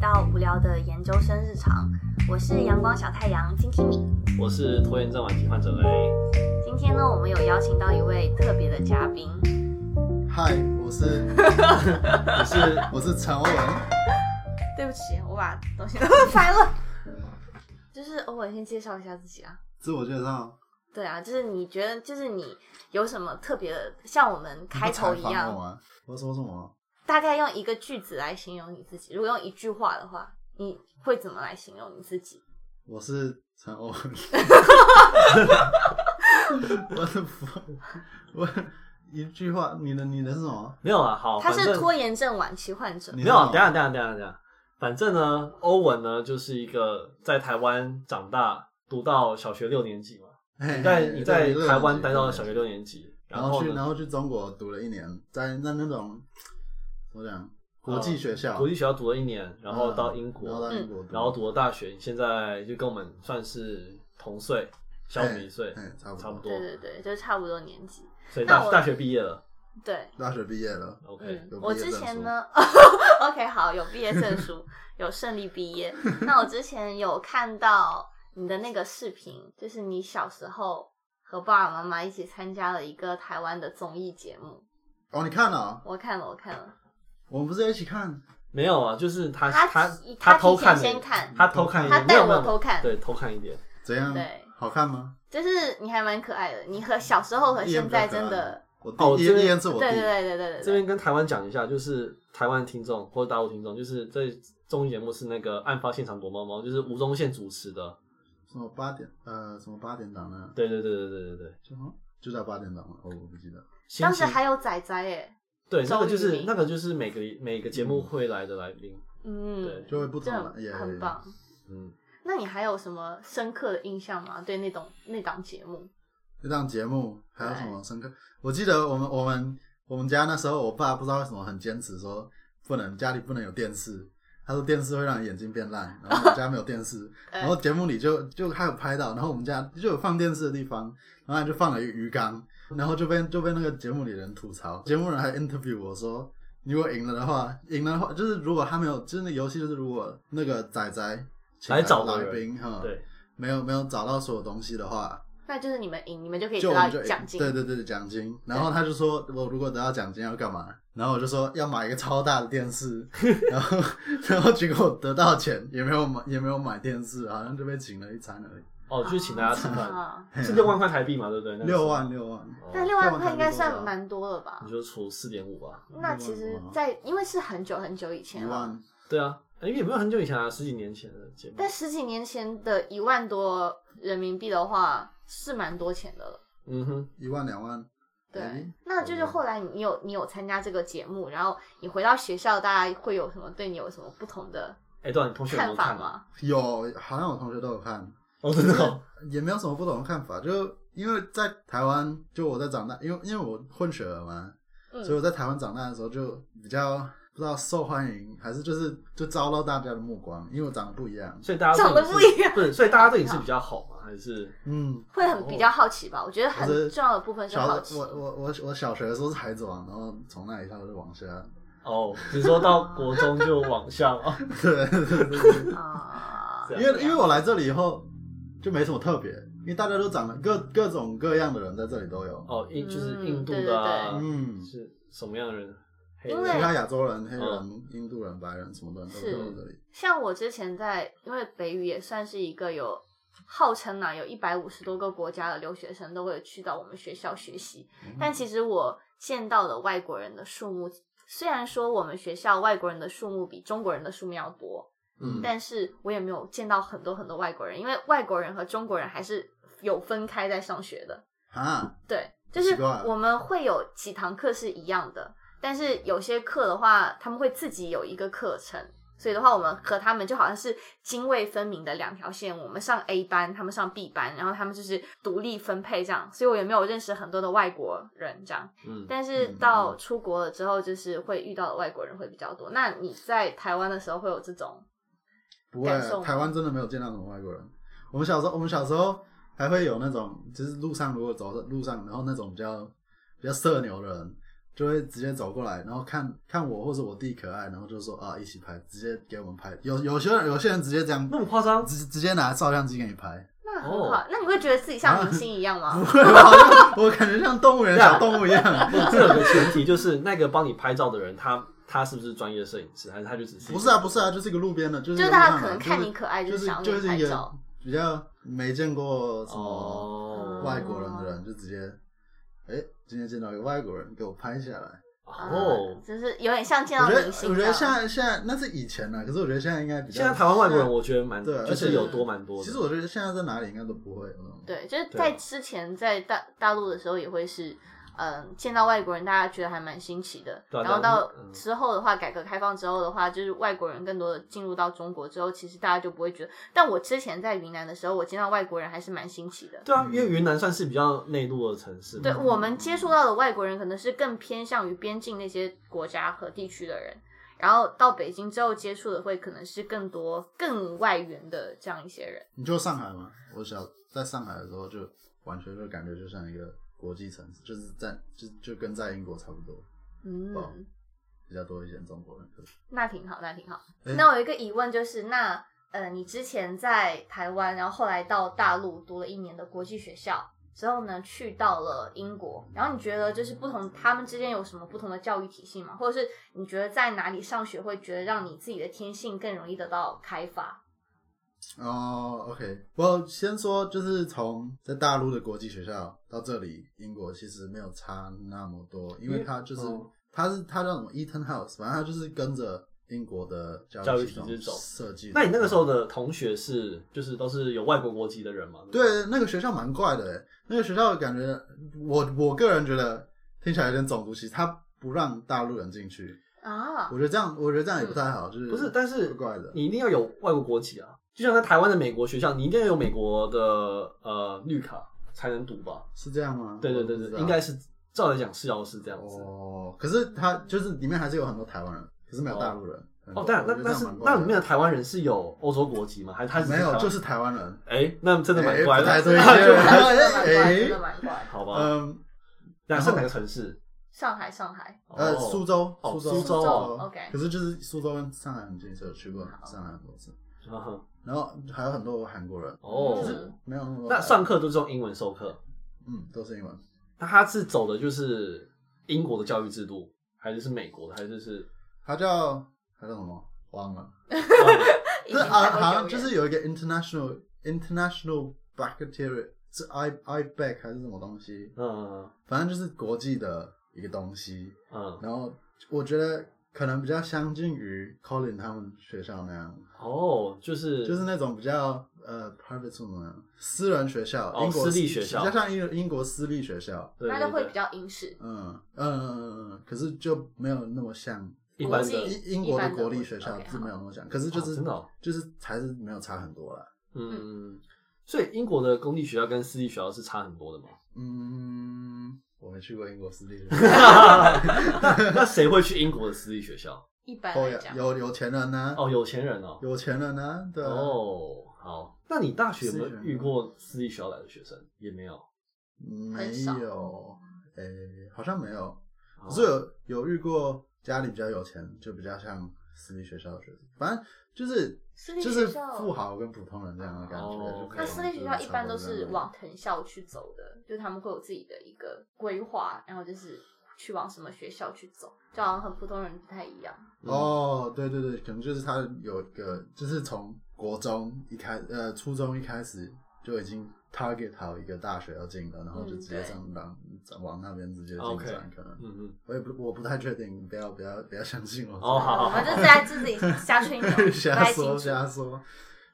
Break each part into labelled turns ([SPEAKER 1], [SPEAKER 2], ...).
[SPEAKER 1] 到无聊的研究生日常，我是阳光小太阳金 Kimi。
[SPEAKER 2] 我是拖延症晚期患者 A，
[SPEAKER 1] 今天呢，我们有邀请到一位特别的嘉宾，
[SPEAKER 3] 嗨，我是
[SPEAKER 2] 我是
[SPEAKER 3] 我是陈欧文，
[SPEAKER 1] 对不起，我把东西都翻了。就是偶尔先介绍一下自己啊。
[SPEAKER 3] 自我介绍，
[SPEAKER 1] 对啊，就是你觉得，就是你有什么特别的，像我们开头一
[SPEAKER 3] 你不采访我
[SPEAKER 1] 样，
[SPEAKER 3] 啊，我说什么？
[SPEAKER 1] 大概用一个句子来形容你自己。如果用一句话的话，你会怎么来形容你自己？
[SPEAKER 3] 我是陈欧 文，我的服，我一句话，你的你的是什么？
[SPEAKER 2] 没有啊，好，
[SPEAKER 1] 他
[SPEAKER 2] 反
[SPEAKER 1] 是
[SPEAKER 2] 正
[SPEAKER 1] 拖延症晚期患者
[SPEAKER 3] 你，
[SPEAKER 2] 没有啊，等一下等一下等一下等一下，反正呢，欧文呢就是一个在台湾长大，读到小学六年级嘛，
[SPEAKER 3] 哎你
[SPEAKER 2] 你在你在台湾待到小学，六年级，
[SPEAKER 3] 嗯然
[SPEAKER 2] 后
[SPEAKER 3] 后去然
[SPEAKER 2] 呢，
[SPEAKER 3] 后去中国读了一年，在在那种怎么讲国际学
[SPEAKER 2] 啊
[SPEAKER 3] 校，啊
[SPEAKER 2] 国际学校读了一年，然后到英
[SPEAKER 3] 嗯然
[SPEAKER 2] 国
[SPEAKER 3] 后
[SPEAKER 2] 嗯
[SPEAKER 3] 到，英国读，
[SPEAKER 2] 然后读了大学，现在就跟我们算是同岁，小我们一岁，
[SPEAKER 3] 哎，差不
[SPEAKER 2] 差不
[SPEAKER 3] 多，
[SPEAKER 2] 多
[SPEAKER 1] 对，对对，就是差不多年纪。
[SPEAKER 2] 所以
[SPEAKER 1] 那
[SPEAKER 2] 大
[SPEAKER 1] 我
[SPEAKER 2] 大学毕业了
[SPEAKER 1] 对，
[SPEAKER 3] 大学毕业了，
[SPEAKER 2] ，OK，
[SPEAKER 1] 嗯
[SPEAKER 3] 有，毕
[SPEAKER 1] 我
[SPEAKER 3] 业
[SPEAKER 1] 之
[SPEAKER 3] 证
[SPEAKER 1] 前
[SPEAKER 3] 书
[SPEAKER 1] 呢，OK，好，有毕业证书，有顺利毕业。那我之前有看到你的那个视频，就是你小时候和爸爸妈妈一起参加了一个台湾的综艺节目，
[SPEAKER 3] 哦，你看了，
[SPEAKER 1] 我看了，我看了，
[SPEAKER 3] 我们不是要一起看？
[SPEAKER 2] 没有啊，就是他
[SPEAKER 1] 他
[SPEAKER 2] 他
[SPEAKER 1] 提他
[SPEAKER 2] 偷
[SPEAKER 1] 提前
[SPEAKER 2] 看
[SPEAKER 1] 先
[SPEAKER 2] 的，
[SPEAKER 1] 看
[SPEAKER 2] 他偷看一
[SPEAKER 1] 他
[SPEAKER 2] 点，没
[SPEAKER 1] 带
[SPEAKER 2] 有
[SPEAKER 1] 我
[SPEAKER 2] 没有没
[SPEAKER 1] 偷
[SPEAKER 2] 有，
[SPEAKER 1] 看，
[SPEAKER 2] 对，偷看一点。
[SPEAKER 3] 怎样？
[SPEAKER 1] 对
[SPEAKER 3] 好看吗？
[SPEAKER 1] 就是你还蛮可爱的，你和小时候和
[SPEAKER 3] 一言
[SPEAKER 1] 现
[SPEAKER 3] 比较
[SPEAKER 1] 在
[SPEAKER 3] 可爱
[SPEAKER 1] 真的，
[SPEAKER 3] 我第
[SPEAKER 2] 哦
[SPEAKER 3] 一
[SPEAKER 2] 这边
[SPEAKER 3] 一眼是我
[SPEAKER 1] 对
[SPEAKER 3] 弟，
[SPEAKER 1] 对对对对对
[SPEAKER 2] 这
[SPEAKER 1] 对，
[SPEAKER 2] 边跟台湾讲一下，就是台湾听众或者大陆听众，就是这综艺节目是那个《案发现场躲猫猫》，就是吴宗宪主持的。
[SPEAKER 3] 什么八点呃什么八点档呢？
[SPEAKER 2] 对对对对对对对，
[SPEAKER 3] 什么就叫八点档吗？哦，我不记得。
[SPEAKER 2] 星
[SPEAKER 1] 当时
[SPEAKER 2] 期
[SPEAKER 1] 还有仔仔耶，
[SPEAKER 2] 对那个就
[SPEAKER 1] 周渝
[SPEAKER 2] 是
[SPEAKER 1] 民
[SPEAKER 2] 那个就是每个每个节目会来的来宾，
[SPEAKER 1] 嗯
[SPEAKER 2] 对，
[SPEAKER 3] 就会不
[SPEAKER 1] 这
[SPEAKER 3] 同了也
[SPEAKER 1] 很棒。
[SPEAKER 2] 嗯，
[SPEAKER 1] 那你还有什么深刻的印象吗？对那种那档节目，
[SPEAKER 3] 那档节目还有
[SPEAKER 1] 对
[SPEAKER 3] 什么深刻？我记得我们我们我们家那时候，我爸不知道为什么很坚持说不能家里不能有电视，他说电视会让你眼睛变烂，然后我们家没有电视，
[SPEAKER 1] 哎
[SPEAKER 3] 然后节目里就就还有拍到，然后我们家就有放电视的地方，然后他就放了一个鱼缸，然后就被就被那个节目里的人吐槽，节目人还 interview 我说。如果赢了的话，赢了的话就是如果他没有，就是那个游戏就是如果那个仔仔请
[SPEAKER 2] 来找的
[SPEAKER 3] 来
[SPEAKER 2] 人
[SPEAKER 3] 宾哈，
[SPEAKER 2] 对，
[SPEAKER 3] 没有没有找到所有东西的话，
[SPEAKER 1] 那就是你们赢，你们就可以
[SPEAKER 3] 就
[SPEAKER 1] 得
[SPEAKER 3] 我
[SPEAKER 1] 到
[SPEAKER 3] 们就
[SPEAKER 1] 奖金。
[SPEAKER 3] 对对对，奖金。然后他就说，我如果得到奖金要干嘛？然后我就说要买一个超大的 电视，然后然后结果我得到钱也没有买，也没有买电视，好像就被请了一餐而已。
[SPEAKER 2] 哦，就是请大家吃饭，
[SPEAKER 3] 哦
[SPEAKER 1] 啊，
[SPEAKER 2] 是六万块台币嘛，对不对？那个时候
[SPEAKER 3] 六万，六万，
[SPEAKER 1] 但
[SPEAKER 2] 哦，
[SPEAKER 1] 六万块应该算蛮多了吧
[SPEAKER 2] 你？就除四点五吧。
[SPEAKER 1] 那其实在，因为是很久很久以
[SPEAKER 3] 嗯一
[SPEAKER 1] 前了，
[SPEAKER 3] 万，
[SPEAKER 2] 对啊，因为也没有很久以前啊，十几年前的节目。
[SPEAKER 1] 但十几年前的一万多人民币的话，是蛮多钱的了。
[SPEAKER 2] 嗯哼，
[SPEAKER 3] 一万两万。
[SPEAKER 1] 对
[SPEAKER 3] 哎，
[SPEAKER 1] 那就是后来你有你有参加这个节目，然后你回到学校，大家会有什么对你有什么不同的
[SPEAKER 2] 哎，对啊，你同学有没
[SPEAKER 1] 看
[SPEAKER 2] 有
[SPEAKER 1] 法
[SPEAKER 2] 看啊？
[SPEAKER 1] 吗？
[SPEAKER 3] 有，好像我同学都有看，
[SPEAKER 2] 哦，真的哦，
[SPEAKER 3] 也没有什么不同的看法，就因为在台湾，就我在长大，因为因为我混血儿嘛，所以
[SPEAKER 1] 嗯，
[SPEAKER 3] 我在台湾长大的时候就比较不知道受欢迎，还是就是就遭到大家的目光，因为我长得不一样。
[SPEAKER 2] 所以大家对
[SPEAKER 1] 长得
[SPEAKER 2] 你是
[SPEAKER 1] 不一样
[SPEAKER 2] 不是，所以大家对你是比较好嘛，还是
[SPEAKER 3] 嗯，
[SPEAKER 1] 会很比较好奇吧？我觉得很
[SPEAKER 3] 我是
[SPEAKER 1] 重要的部分是
[SPEAKER 3] 小
[SPEAKER 1] 好
[SPEAKER 3] 我
[SPEAKER 1] 奇。
[SPEAKER 3] 我我我小学的时候是孩子王，然后从那一下就 往下，
[SPEAKER 2] 哦，只说到国中就往上哦，
[SPEAKER 3] 对，
[SPEAKER 1] 啊，
[SPEAKER 2] 这
[SPEAKER 3] 因
[SPEAKER 2] 样
[SPEAKER 3] 为因为我来这里以后就没什么特别，因为大家都长得各各种各样的人在这里都有，
[SPEAKER 2] 哦，印就是印度
[SPEAKER 1] 嗯对
[SPEAKER 2] 的、啊，
[SPEAKER 3] 嗯，其
[SPEAKER 2] 是什么样的人？黑
[SPEAKER 1] 因
[SPEAKER 2] 人
[SPEAKER 1] 为
[SPEAKER 3] 他亚洲人、黑
[SPEAKER 2] 嗯
[SPEAKER 3] 人、印度人、白人什么的人都
[SPEAKER 1] 是
[SPEAKER 3] 都有这里，
[SPEAKER 1] 像我之前在，因为北语也算是一个有号称啊有一百五十多个国家的留学生都会去到我们学校学习，但
[SPEAKER 3] 嗯
[SPEAKER 1] 其实我见到的外国人的数目，虽然说我们学校外国人的数目比中国人的数目要多，
[SPEAKER 3] 嗯，
[SPEAKER 1] 但是我也没有见到很多很多外国人，因为外国人和中国人还是有分开在上学的。
[SPEAKER 3] 啊，
[SPEAKER 1] 对，就是
[SPEAKER 3] 奇怪
[SPEAKER 1] 我们会有几堂课是一样的，但是有些课的话，他们会自己有一个课程，所以的话，我们和他们就好像是泾渭分明的两条线，我们上 A 班，他们上 B 班，然后他们就是独立分配这样，所以我也没有认识很多的外国人这样。
[SPEAKER 2] 嗯，
[SPEAKER 1] 但是到出国了之后，就是会遇到的外国人会比较多。那你在台湾的时候会有这种
[SPEAKER 3] 不会
[SPEAKER 1] 感受，吗
[SPEAKER 3] 台湾真的没有见到什么外国人。我们小时候，我们小时候还会有那种，就是路上如果走路上，然后那种比较比较社牛的人，就会直接走过来，然后看看我或者我弟可爱，然后就说啊一起拍，直接给我们拍。有有些人有些人直接这样，
[SPEAKER 2] 那么夸张？
[SPEAKER 3] 直直接拿照相机给 你拍，
[SPEAKER 1] 那很好。
[SPEAKER 3] 哦
[SPEAKER 1] 那你会觉得自己像
[SPEAKER 3] 啊
[SPEAKER 1] 明星一样吗？
[SPEAKER 3] 不会吧？我感觉像动物园小动物一样。
[SPEAKER 2] 那这有个前提就是那个帮你拍照的人，他他是不是专业摄影师，还是他就只是
[SPEAKER 3] 不是啊，不是啊，就是一个路边的，就是
[SPEAKER 1] 就是大家可能看你可爱，
[SPEAKER 3] 就是
[SPEAKER 1] 想要
[SPEAKER 3] 就
[SPEAKER 1] 你
[SPEAKER 3] 是
[SPEAKER 1] 拍
[SPEAKER 3] 一个
[SPEAKER 1] 照。
[SPEAKER 3] 比较没见过什么
[SPEAKER 2] 哦
[SPEAKER 3] 外国人的人，就直接哎、今天见到一个外国人，给我拍下来。
[SPEAKER 2] 哦
[SPEAKER 1] 嗯，就是有啊点像见到
[SPEAKER 3] 我觉
[SPEAKER 1] 明
[SPEAKER 3] 得
[SPEAKER 1] 星
[SPEAKER 3] 我觉
[SPEAKER 1] 这
[SPEAKER 3] 得
[SPEAKER 1] 样。
[SPEAKER 3] 现在现在那是以前啊呢，可是我觉得现在应该比较
[SPEAKER 2] 现在台湾外国人我觉得蛮
[SPEAKER 3] 对
[SPEAKER 2] 就
[SPEAKER 3] 而
[SPEAKER 2] 是
[SPEAKER 3] 且
[SPEAKER 2] 有多蛮多的。
[SPEAKER 3] 其实我觉得现在在哪里应该都不会有嗯那种。
[SPEAKER 1] 对，就是在
[SPEAKER 2] 对啊
[SPEAKER 1] 之前在大大陆的时候也会是，嗯，见到外国人大家觉得还蛮新奇的。
[SPEAKER 2] 对啊
[SPEAKER 1] 然后
[SPEAKER 2] 但
[SPEAKER 1] 到
[SPEAKER 2] 嗯
[SPEAKER 1] 之后的话，改革开放之后的话，就是外国人更多的进入到中国之后，其实大家就不会觉得。但我之前在云南的时候，我见到外国人还是蛮新奇的。
[SPEAKER 2] 对啊，因为云南算是比较内陆的城市嘛，
[SPEAKER 1] 对我们接触到的外国人，可能是更偏向于边境那些国家和地区的人，然后到北京之后接触的会可能是更多更外援的这样一些人。
[SPEAKER 3] 你就上海吗？我小在上海的时候就完全就感觉就像一个国际城市，就是在就就跟在英国差不多，哦
[SPEAKER 1] 嗯，
[SPEAKER 3] 比较多一些中国人。可是
[SPEAKER 1] 那挺好，那挺好。
[SPEAKER 3] 诶
[SPEAKER 1] 那我有一个疑问就是，那呃，你之前在台湾，然后后来到大陆读了一年的国际学校之后呢，去到了英国，然后你觉得就是不同他们之间有什么不同的教育体系吗？或者是你觉得在哪里上学会觉得让你自己的天性更容易得到开发？
[SPEAKER 3] 哦、o k 我先说，就是从在大陆的国际学校到这里英国，其实没有差那么多，因为它就是、
[SPEAKER 2] 嗯
[SPEAKER 3] 它是它叫什么 Eton House，反正它就是跟着英国的
[SPEAKER 2] 教
[SPEAKER 3] 教
[SPEAKER 2] 育
[SPEAKER 3] 育
[SPEAKER 2] 体
[SPEAKER 3] 系
[SPEAKER 2] 制
[SPEAKER 3] 统
[SPEAKER 2] 走
[SPEAKER 3] 设计的。
[SPEAKER 2] 那你那个时候的同学是就是都是有外国国籍的人嘛？不，
[SPEAKER 3] 对，那个学校蛮怪的欸，那个学校感觉我我个人觉得听起来有点种族歧视，他不让大陆人进去，
[SPEAKER 1] 啊，
[SPEAKER 3] 我觉得这样我觉得这样也不太好，就是
[SPEAKER 2] 不是，但是
[SPEAKER 3] 嗯怪怪的。
[SPEAKER 2] 你一定要有外国国籍啊，就像在台湾的美国学校，你一定要有美国的呃绿卡才能读吧？
[SPEAKER 3] 是这样吗？
[SPEAKER 2] 对对
[SPEAKER 3] 我
[SPEAKER 2] 对
[SPEAKER 3] 不知
[SPEAKER 2] 对，
[SPEAKER 3] 道
[SPEAKER 2] 应该是照来讲是要是这样子。
[SPEAKER 3] 哦。可是他就是里面还是有很多台湾人，可是没有大陆人。嗯
[SPEAKER 2] 哦，当然，那
[SPEAKER 3] 我觉
[SPEAKER 2] 那
[SPEAKER 3] 得这样
[SPEAKER 2] 是
[SPEAKER 3] 蛮怪
[SPEAKER 2] 那里面的台湾人是有欧洲国籍吗？还是他只
[SPEAKER 3] 没有，就是是台湾人。
[SPEAKER 2] 台湾哎， 那真的蛮怪
[SPEAKER 3] 哎
[SPEAKER 2] 的，
[SPEAKER 3] 不太
[SPEAKER 1] 真
[SPEAKER 3] 对
[SPEAKER 1] 的蛮怪，真的
[SPEAKER 3] 哎
[SPEAKER 1] 蛮怪。
[SPEAKER 2] 好吧？
[SPEAKER 3] 嗯
[SPEAKER 2] 那
[SPEAKER 3] 然
[SPEAKER 2] 是
[SPEAKER 3] 后
[SPEAKER 2] 哪个城市？
[SPEAKER 1] 上海，上海，
[SPEAKER 3] 呃，
[SPEAKER 2] 哦
[SPEAKER 3] 苏州，
[SPEAKER 2] 哦
[SPEAKER 3] 州，
[SPEAKER 2] 苏
[SPEAKER 3] 苏
[SPEAKER 2] 州哦
[SPEAKER 1] OK
[SPEAKER 3] 可是就是苏州跟上海很近，所以我去过上海很多次。
[SPEAKER 2] 呵呵
[SPEAKER 3] 然后还有很多韩国人，
[SPEAKER 2] 哦
[SPEAKER 1] 嗯，
[SPEAKER 3] 没有那么多台
[SPEAKER 2] 那
[SPEAKER 3] 湾人。
[SPEAKER 2] 上课都是用英文授课，
[SPEAKER 3] 嗯都是英文。
[SPEAKER 2] 那他是走的就是英国的教育制度，还是是美国的，还是是？
[SPEAKER 3] 他叫他叫什么？忘了。
[SPEAKER 1] 已
[SPEAKER 3] 这
[SPEAKER 1] 经
[SPEAKER 3] 啊，
[SPEAKER 1] 太过
[SPEAKER 3] 好
[SPEAKER 1] 久
[SPEAKER 3] 像就
[SPEAKER 1] 远
[SPEAKER 3] 是有一个 international international bacteria，是 i i back 还是什么东西？
[SPEAKER 2] 嗯
[SPEAKER 3] 反正就是国际的一个东西。
[SPEAKER 2] 嗯，
[SPEAKER 3] 然后我觉得可能比较相近于 Colin 他们学校那样，
[SPEAKER 2] 哦，就是
[SPEAKER 3] 就是那种比较呃 private school 那样私人学校，
[SPEAKER 2] 哦
[SPEAKER 3] 英国
[SPEAKER 2] 私立学校
[SPEAKER 3] 比较像英英国私立学校。
[SPEAKER 2] 对
[SPEAKER 1] 那
[SPEAKER 2] 对
[SPEAKER 1] 就会
[SPEAKER 2] 对
[SPEAKER 1] 比较英式。
[SPEAKER 3] 嗯嗯嗯嗯嗯，可是就没有那么像
[SPEAKER 2] 一般
[SPEAKER 1] 国际
[SPEAKER 2] 的，
[SPEAKER 3] 英英国
[SPEAKER 1] 一
[SPEAKER 3] 的
[SPEAKER 1] 般的
[SPEAKER 3] 国立
[SPEAKER 1] 国
[SPEAKER 3] 学校
[SPEAKER 1] OK，
[SPEAKER 3] 是
[SPEAKER 1] 好
[SPEAKER 3] 没有那么像，可是就
[SPEAKER 2] 哦
[SPEAKER 3] 是
[SPEAKER 2] 真的哦
[SPEAKER 3] 就是还是没有差很多啦。
[SPEAKER 2] 嗯，所以英国的公立学校跟私立学校是差很多的 嘛？
[SPEAKER 3] 嗯，我没去过英国私立学
[SPEAKER 2] 那那谁会去英国的私立学校？
[SPEAKER 1] 一般
[SPEAKER 3] 都
[SPEAKER 1] 来
[SPEAKER 3] 有
[SPEAKER 1] 讲，
[SPEAKER 3] 哦有有钱人呢、
[SPEAKER 2] 哦，有钱人哦。
[SPEAKER 3] 有钱人呢、对啊、
[SPEAKER 2] 哦，好，那你大学有没
[SPEAKER 3] 私立
[SPEAKER 2] 有
[SPEAKER 3] 学校
[SPEAKER 2] 遇过私立学校来的学生？也没有。
[SPEAKER 3] 没
[SPEAKER 1] 很少
[SPEAKER 3] 有，诶、好像没有，
[SPEAKER 2] 哦
[SPEAKER 3] 可是有有遇过家里比较有钱，就比较像私立学校的学生，反正就是
[SPEAKER 1] 私立
[SPEAKER 3] 就是
[SPEAKER 1] 学校
[SPEAKER 3] 富豪跟普通人这样的感觉。
[SPEAKER 2] 哦
[SPEAKER 3] 就可能
[SPEAKER 1] 那私立学校一般都是
[SPEAKER 3] 就是差不多这样
[SPEAKER 1] 往藤校去走的，就是他们会有自己的一个规划，然后就是去往什么学校去走，就好像和普通人不太一样。
[SPEAKER 3] 哦，对对对，可能就是他有一个，就是从国中一开，呃，初中一开始就已经 target 好一个大学要进了，然后就
[SPEAKER 1] 嗯
[SPEAKER 3] 直接
[SPEAKER 1] 对
[SPEAKER 3] 这样往往那边直接进
[SPEAKER 2] OK
[SPEAKER 3] 展，可能
[SPEAKER 2] 嗯嗯，
[SPEAKER 3] 我也不我不太确定，不要不要不要相信我。
[SPEAKER 2] 哦好好
[SPEAKER 1] 我
[SPEAKER 2] 好
[SPEAKER 1] 们就是在自己瞎吹牛，不
[SPEAKER 3] 瞎
[SPEAKER 1] 太清
[SPEAKER 3] 说
[SPEAKER 1] 楚。
[SPEAKER 3] 瞎说，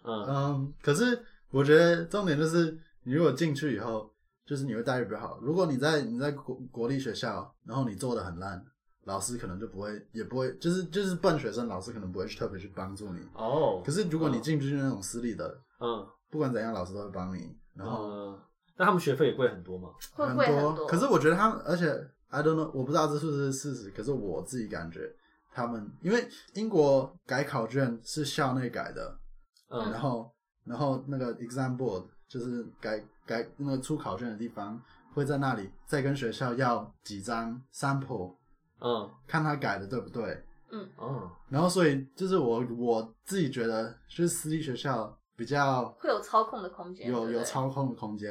[SPEAKER 2] 嗯，
[SPEAKER 3] 嗯，可是我觉得重点就是，你如果进去以后，就是你会待遇比较好。如果你在你在国国立学校，然后你做的很烂，老师可能就不会，也不会，就是就是笨学生，老师可能不会去特别去帮助你。
[SPEAKER 2] 哦，
[SPEAKER 3] 可是如果你进去那种私立的，
[SPEAKER 2] 嗯
[SPEAKER 3] 不管怎样，老师都会帮你。然后
[SPEAKER 2] 嗯，那他们学费也贵很多嘛？
[SPEAKER 1] 会不会
[SPEAKER 3] 多，
[SPEAKER 1] 很多？
[SPEAKER 3] 可是我觉得他们，而且 I don't know，我不知道这是不是事实，可是我自己感觉他们，因为英国改考卷是校内改的，
[SPEAKER 2] 嗯
[SPEAKER 3] 然后然后那个 exam board 就是改改那个出考卷的地方，会在那里再跟学校要几张 sample
[SPEAKER 2] 嗯
[SPEAKER 3] 看他改的对不对。
[SPEAKER 2] 哦，
[SPEAKER 3] 然后所以就是我我自己觉得，就是私立学校比较
[SPEAKER 1] 会有操控的空间，对
[SPEAKER 3] 有
[SPEAKER 1] 不
[SPEAKER 3] 有
[SPEAKER 1] 对
[SPEAKER 3] 操控的空间，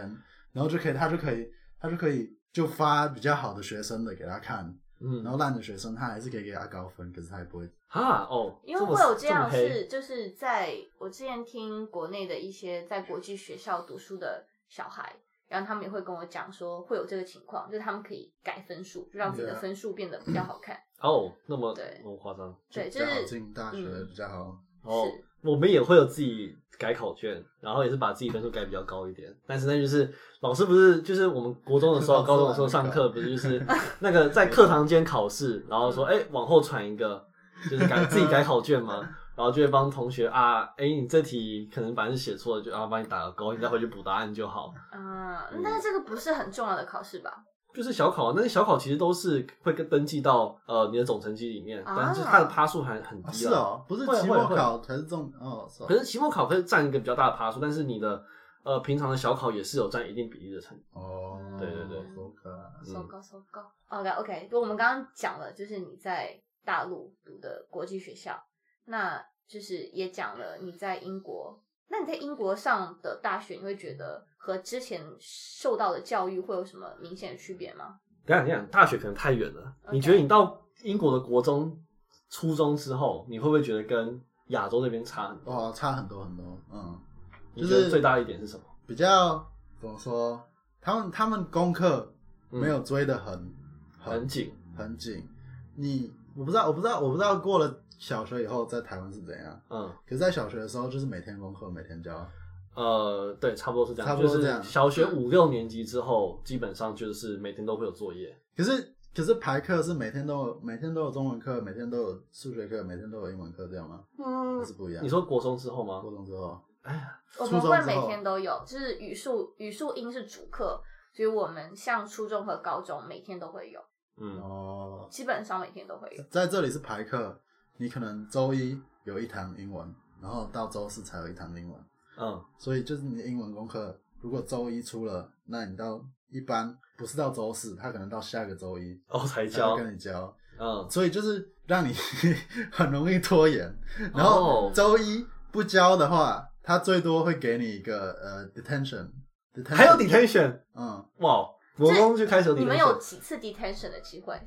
[SPEAKER 3] 然后就可以他就可以他就可以就发比较好的学生的给他看，
[SPEAKER 2] 嗯，
[SPEAKER 3] 然后烂的学生他还是可以给他高分，可是他也不会。
[SPEAKER 2] 哈哦，
[SPEAKER 1] 因为
[SPEAKER 2] 么
[SPEAKER 1] 会有这
[SPEAKER 2] 么
[SPEAKER 1] 样
[SPEAKER 2] 黑
[SPEAKER 1] 是，就是在我之前听国内的一些在国际学校读书的小孩，然后他们也会跟我讲说会有这个情况，就是他们可以改分数，就让自己的
[SPEAKER 3] Yeah
[SPEAKER 1] 分数变得比较好看。
[SPEAKER 2] 哦，那么
[SPEAKER 1] 对
[SPEAKER 2] 那么夸张
[SPEAKER 1] 对，
[SPEAKER 3] 比
[SPEAKER 1] 就
[SPEAKER 3] 较好
[SPEAKER 1] 是
[SPEAKER 3] 进大学
[SPEAKER 1] 嗯
[SPEAKER 3] 比较好，
[SPEAKER 2] 哦
[SPEAKER 1] 是。
[SPEAKER 2] 我们也会有自己改考卷，然后也是把自己分数改比较高一点。但是那就是老师不是就是我们国中的时候、
[SPEAKER 3] 老师
[SPEAKER 2] 高中的时候
[SPEAKER 3] 懒
[SPEAKER 2] 上
[SPEAKER 3] 得
[SPEAKER 2] 课，不是就是 那个在课堂间考试，然后说哎、往后传一个，就是改自己改考卷嘛，然后就会帮同学啊哎、你这题可能把正写错了，就啊帮你打个勾，你再回去补答案就好。
[SPEAKER 1] 嗯，但是这个不是很重要的考试吧？
[SPEAKER 2] 就是小考，那些小考其实都是会跟登记到呃你的总成绩里面，
[SPEAKER 1] 啊
[SPEAKER 2] 但是它的趴数还很
[SPEAKER 3] 哦
[SPEAKER 2] 低
[SPEAKER 3] 是
[SPEAKER 2] 了。
[SPEAKER 3] 哦，不是
[SPEAKER 2] 啊会啊
[SPEAKER 3] 期末
[SPEAKER 2] 会
[SPEAKER 3] 考才是重哦，是哦
[SPEAKER 2] 可是期末考可以占一个比较大的趴数，但是你的呃平常的小考也是有占一定比例的成绩。
[SPEAKER 3] 哦，
[SPEAKER 2] 对对对
[SPEAKER 3] 好可
[SPEAKER 2] 嗯
[SPEAKER 1] 收高收高。OK 哦 OK，就我们刚刚讲了，就是你在大陆读的国际学校，那就是也讲了你在英国。那你在英国上的大学，你会觉得和之前受到的教育会有什么明显的区别吗？
[SPEAKER 2] 等一下，等一下，大学可能太远了。
[SPEAKER 1] OK
[SPEAKER 2] 你觉得你到英国的国中、初中之后，你会不会觉得跟亚洲那边差很多？
[SPEAKER 3] 哇，差很多很多，嗯，
[SPEAKER 2] 你
[SPEAKER 3] 就
[SPEAKER 2] 觉得
[SPEAKER 3] 是
[SPEAKER 2] 最大的一点是什么？
[SPEAKER 3] 比较怎么说？他们他们功课
[SPEAKER 2] 嗯
[SPEAKER 3] 没有追得很、
[SPEAKER 2] 很
[SPEAKER 3] 很
[SPEAKER 2] 紧，
[SPEAKER 3] 很紧，你我不知道我不知道我不知道过了小学以后在台湾是怎样，
[SPEAKER 2] 嗯，
[SPEAKER 3] 可是在小学的时候就是每天功课每天交，
[SPEAKER 2] 呃，对，差不多是这样，
[SPEAKER 3] 差不多
[SPEAKER 2] 就
[SPEAKER 3] 这
[SPEAKER 2] 是
[SPEAKER 3] 样
[SPEAKER 2] 小学五六年级之后，基本上就是每天都会有作业。
[SPEAKER 3] 可是可是排课是每天都有每天都有中文课，每天都有数学课，每天都有英文课，这样吗？
[SPEAKER 2] 嗯
[SPEAKER 3] 还是不一样？
[SPEAKER 2] 你说哎国中之后吗
[SPEAKER 3] 高？中之后，
[SPEAKER 1] 我
[SPEAKER 3] 初
[SPEAKER 1] 们
[SPEAKER 3] 中
[SPEAKER 1] 会
[SPEAKER 3] 之
[SPEAKER 1] 每
[SPEAKER 3] 后
[SPEAKER 1] 天都有，就是语数语数英是主课，所以我们像初中和高中每天都会有，
[SPEAKER 2] 嗯，
[SPEAKER 3] 哦，
[SPEAKER 1] 基本上每天都会有。
[SPEAKER 3] 在这里是排课，你可能周一有一堂英文，然后到周四才有一堂英文。
[SPEAKER 2] 嗯，
[SPEAKER 3] 所以就是你的英文功课，如果周一出了，那你到一般不是到周四，他可能到下个周一
[SPEAKER 2] 哦，才
[SPEAKER 3] 才会
[SPEAKER 2] 教，
[SPEAKER 3] 呃跟你教，
[SPEAKER 2] 嗯，
[SPEAKER 3] 所以就是让你 很容易拖延。然后
[SPEAKER 2] 哦
[SPEAKER 3] 周一不教的话，他最多会给你一个呃 detention，, detention
[SPEAKER 2] 还有 detention，
[SPEAKER 3] 嗯，
[SPEAKER 2] 哇，国中就开始有 detention，
[SPEAKER 1] 你们有几次 detention 的机会？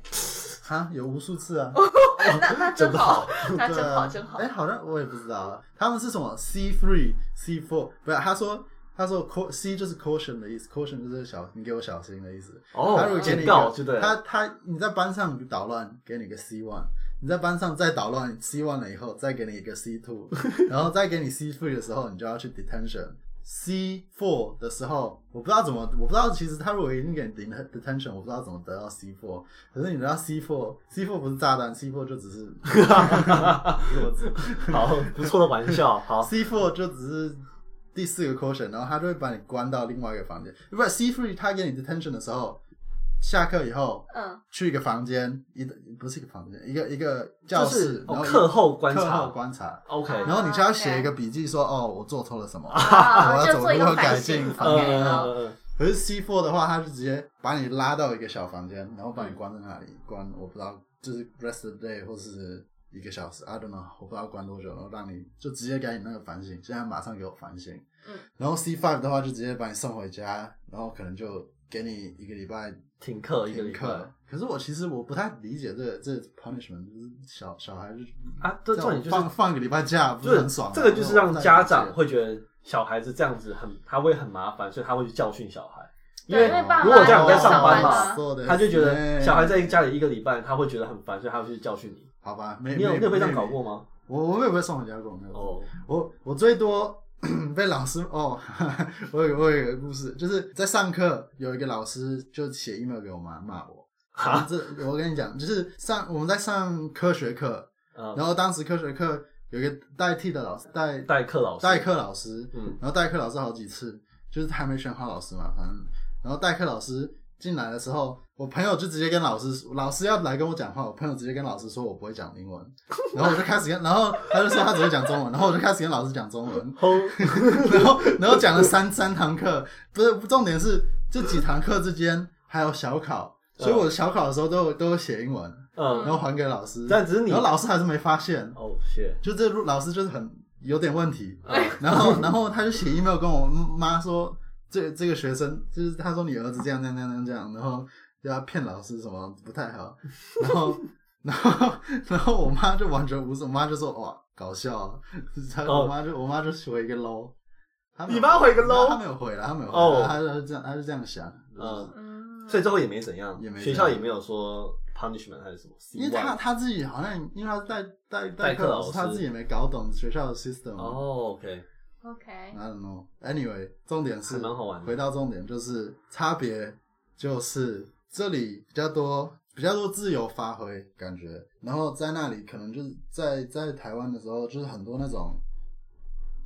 [SPEAKER 3] 哈，有无数次啊，
[SPEAKER 1] 那那真
[SPEAKER 2] 真
[SPEAKER 1] 好
[SPEAKER 2] 好，
[SPEAKER 1] 那
[SPEAKER 3] 对
[SPEAKER 1] 真
[SPEAKER 3] 啊
[SPEAKER 1] 好，真好
[SPEAKER 3] 哎、。好像我也不知道啊，他们是什么 C three C four，不是他说。他说 c C 就是 caution 的意思，caution 就是小，你给我小心的意思。他
[SPEAKER 2] 哦，
[SPEAKER 3] 如果给你
[SPEAKER 2] 警
[SPEAKER 3] 一
[SPEAKER 2] 告
[SPEAKER 3] 个，
[SPEAKER 2] 就对了，
[SPEAKER 3] 他他你在班上捣乱，给你个 C one，你在班上再捣乱 C one 了以后，再给你一个 C two，然后再给你 C three 的时候，你就要去 detention。C four 的时候，我不知道怎么，我不知道其实他如果已经给你 det- detention，我不知道怎么得到 C four。可是你得到 C four，C four 不是炸弹，C four 就 只是 弱智。
[SPEAKER 2] 好，不错的玩笑， 好，
[SPEAKER 3] C four 就只是第四个 quotient，然后他就会把你关到另外一个房间。不是 C three，他给你 detention 的时候，下课以后
[SPEAKER 1] 嗯，
[SPEAKER 3] 去一个房间，一不是一个房间，一个一个
[SPEAKER 2] 就
[SPEAKER 3] 教室
[SPEAKER 2] 是，
[SPEAKER 3] 然
[SPEAKER 2] 哦
[SPEAKER 3] 后一
[SPEAKER 2] 课后观
[SPEAKER 3] 课后
[SPEAKER 2] 察
[SPEAKER 3] 观察，
[SPEAKER 2] ，OK，
[SPEAKER 3] 然后你就要写一个笔记说，哦，我做错了什么，
[SPEAKER 1] 啊
[SPEAKER 3] 我要
[SPEAKER 1] 就
[SPEAKER 3] 怎
[SPEAKER 1] 做
[SPEAKER 3] 么
[SPEAKER 1] 一
[SPEAKER 3] 如
[SPEAKER 1] 个
[SPEAKER 3] 何
[SPEAKER 1] 反
[SPEAKER 3] 改
[SPEAKER 1] 省
[SPEAKER 3] 进
[SPEAKER 1] OK，
[SPEAKER 3] 方面。
[SPEAKER 1] 好
[SPEAKER 2] 嗯嗯
[SPEAKER 3] 可是 C four 的话，他就直接把你拉到一个小房间，然后把你关在那里，关我不知道，就是 rest of the day 或是一个小时，I don't know，我不知道关多久，然后让你就直接给你那个反省，现在马上给我反省。
[SPEAKER 1] 嗯。
[SPEAKER 3] 然后 C five 的话，就直接把你送回家，然后可能就给你一个礼拜
[SPEAKER 2] 停课一个
[SPEAKER 3] 停
[SPEAKER 2] 礼拜
[SPEAKER 3] 课。可是我其实我不太理解这这 punishment，就是小小孩就是
[SPEAKER 2] 啊，这重点就是
[SPEAKER 3] 放放一个礼拜假，不
[SPEAKER 2] 就是
[SPEAKER 3] 是很爽吗？啊
[SPEAKER 2] 这个就是让家长
[SPEAKER 3] 会。
[SPEAKER 2] 会觉得小孩子这样子很，他会很麻烦，所以他会去教训小孩，因
[SPEAKER 1] 对
[SPEAKER 2] 为
[SPEAKER 1] 因为爸妈
[SPEAKER 2] 如果这样你在上
[SPEAKER 1] 班
[SPEAKER 2] 嘛
[SPEAKER 1] 嘛，
[SPEAKER 2] 他就觉得小孩在家里一个礼拜，他会觉得很烦，所以他会去教训你。
[SPEAKER 3] 好吧，没
[SPEAKER 2] 你有
[SPEAKER 3] 没
[SPEAKER 2] 你有被这样搞过？吗？
[SPEAKER 3] 没我我没有被送回家过，没有。
[SPEAKER 2] 哦，
[SPEAKER 3] 我我最多 被老师哦， 我有我有一个故事，就是在上课有一个老师就写 email 给我妈骂我。然后这我跟你讲，就是上我们在上科学课，
[SPEAKER 2] 嗯，
[SPEAKER 3] 然后当时科学课有一个代替的老师，代
[SPEAKER 2] 代课老师，
[SPEAKER 3] 代，课老师，
[SPEAKER 2] 嗯
[SPEAKER 3] 然后代课老师好几次，就是还没选好老师嘛，反正，然后代课老师进来的时候，我朋友就直接跟老师，老师要来跟我讲话，我朋友直接跟老师说我不会讲英文，然后我就开始跟，然后他就说他只会讲中文，然后我就开始跟老师讲中文，
[SPEAKER 2] 轰，
[SPEAKER 3] 然后然后讲了三三堂课，不是重点是这几堂课之间还有小考，所以我小考的时候都有都有写英文，
[SPEAKER 2] 嗯
[SPEAKER 3] 然后还给老师，
[SPEAKER 2] 但只是你
[SPEAKER 3] 然后老师还是没发现，
[SPEAKER 2] 哦，谢，
[SPEAKER 3] 就这老师就是很有点问题，
[SPEAKER 2] 嗯
[SPEAKER 3] 然后然后他就写 email 跟我妈说，这这个学生就是他说你儿子这样这样这样这样，然后就要骗老师什么不太 好，然后然后然后我妈就完全无视，我妈就说哇搞笑啊，她
[SPEAKER 2] 哦
[SPEAKER 3] 我妈就我妈就回一个 low，她没有
[SPEAKER 2] 你妈回个 low？
[SPEAKER 3] 她没有回了，她没有回，
[SPEAKER 2] 哦
[SPEAKER 3] 她她是这样她是这样想，
[SPEAKER 2] 嗯
[SPEAKER 1] 嗯，
[SPEAKER 2] 所以最后也没怎样，
[SPEAKER 3] 也没怎
[SPEAKER 2] 学
[SPEAKER 3] 样
[SPEAKER 2] 校也没有说 punishment 还是什么，C
[SPEAKER 3] 因为他
[SPEAKER 2] one
[SPEAKER 3] 他自己好像，因为他是代代代
[SPEAKER 2] 代课
[SPEAKER 3] 课
[SPEAKER 2] 老
[SPEAKER 3] 老
[SPEAKER 2] 师
[SPEAKER 3] 师，他自己也没搞懂学校的 system。啊
[SPEAKER 2] 哦，OK，
[SPEAKER 1] OK，
[SPEAKER 3] I don't know. Anyway，重点是
[SPEAKER 2] 还蛮好玩的
[SPEAKER 3] 回到重点，就是差别就是这里比较多比较多自由发挥感觉，然后在那里可能就是在在台湾的时候，就是很多那种，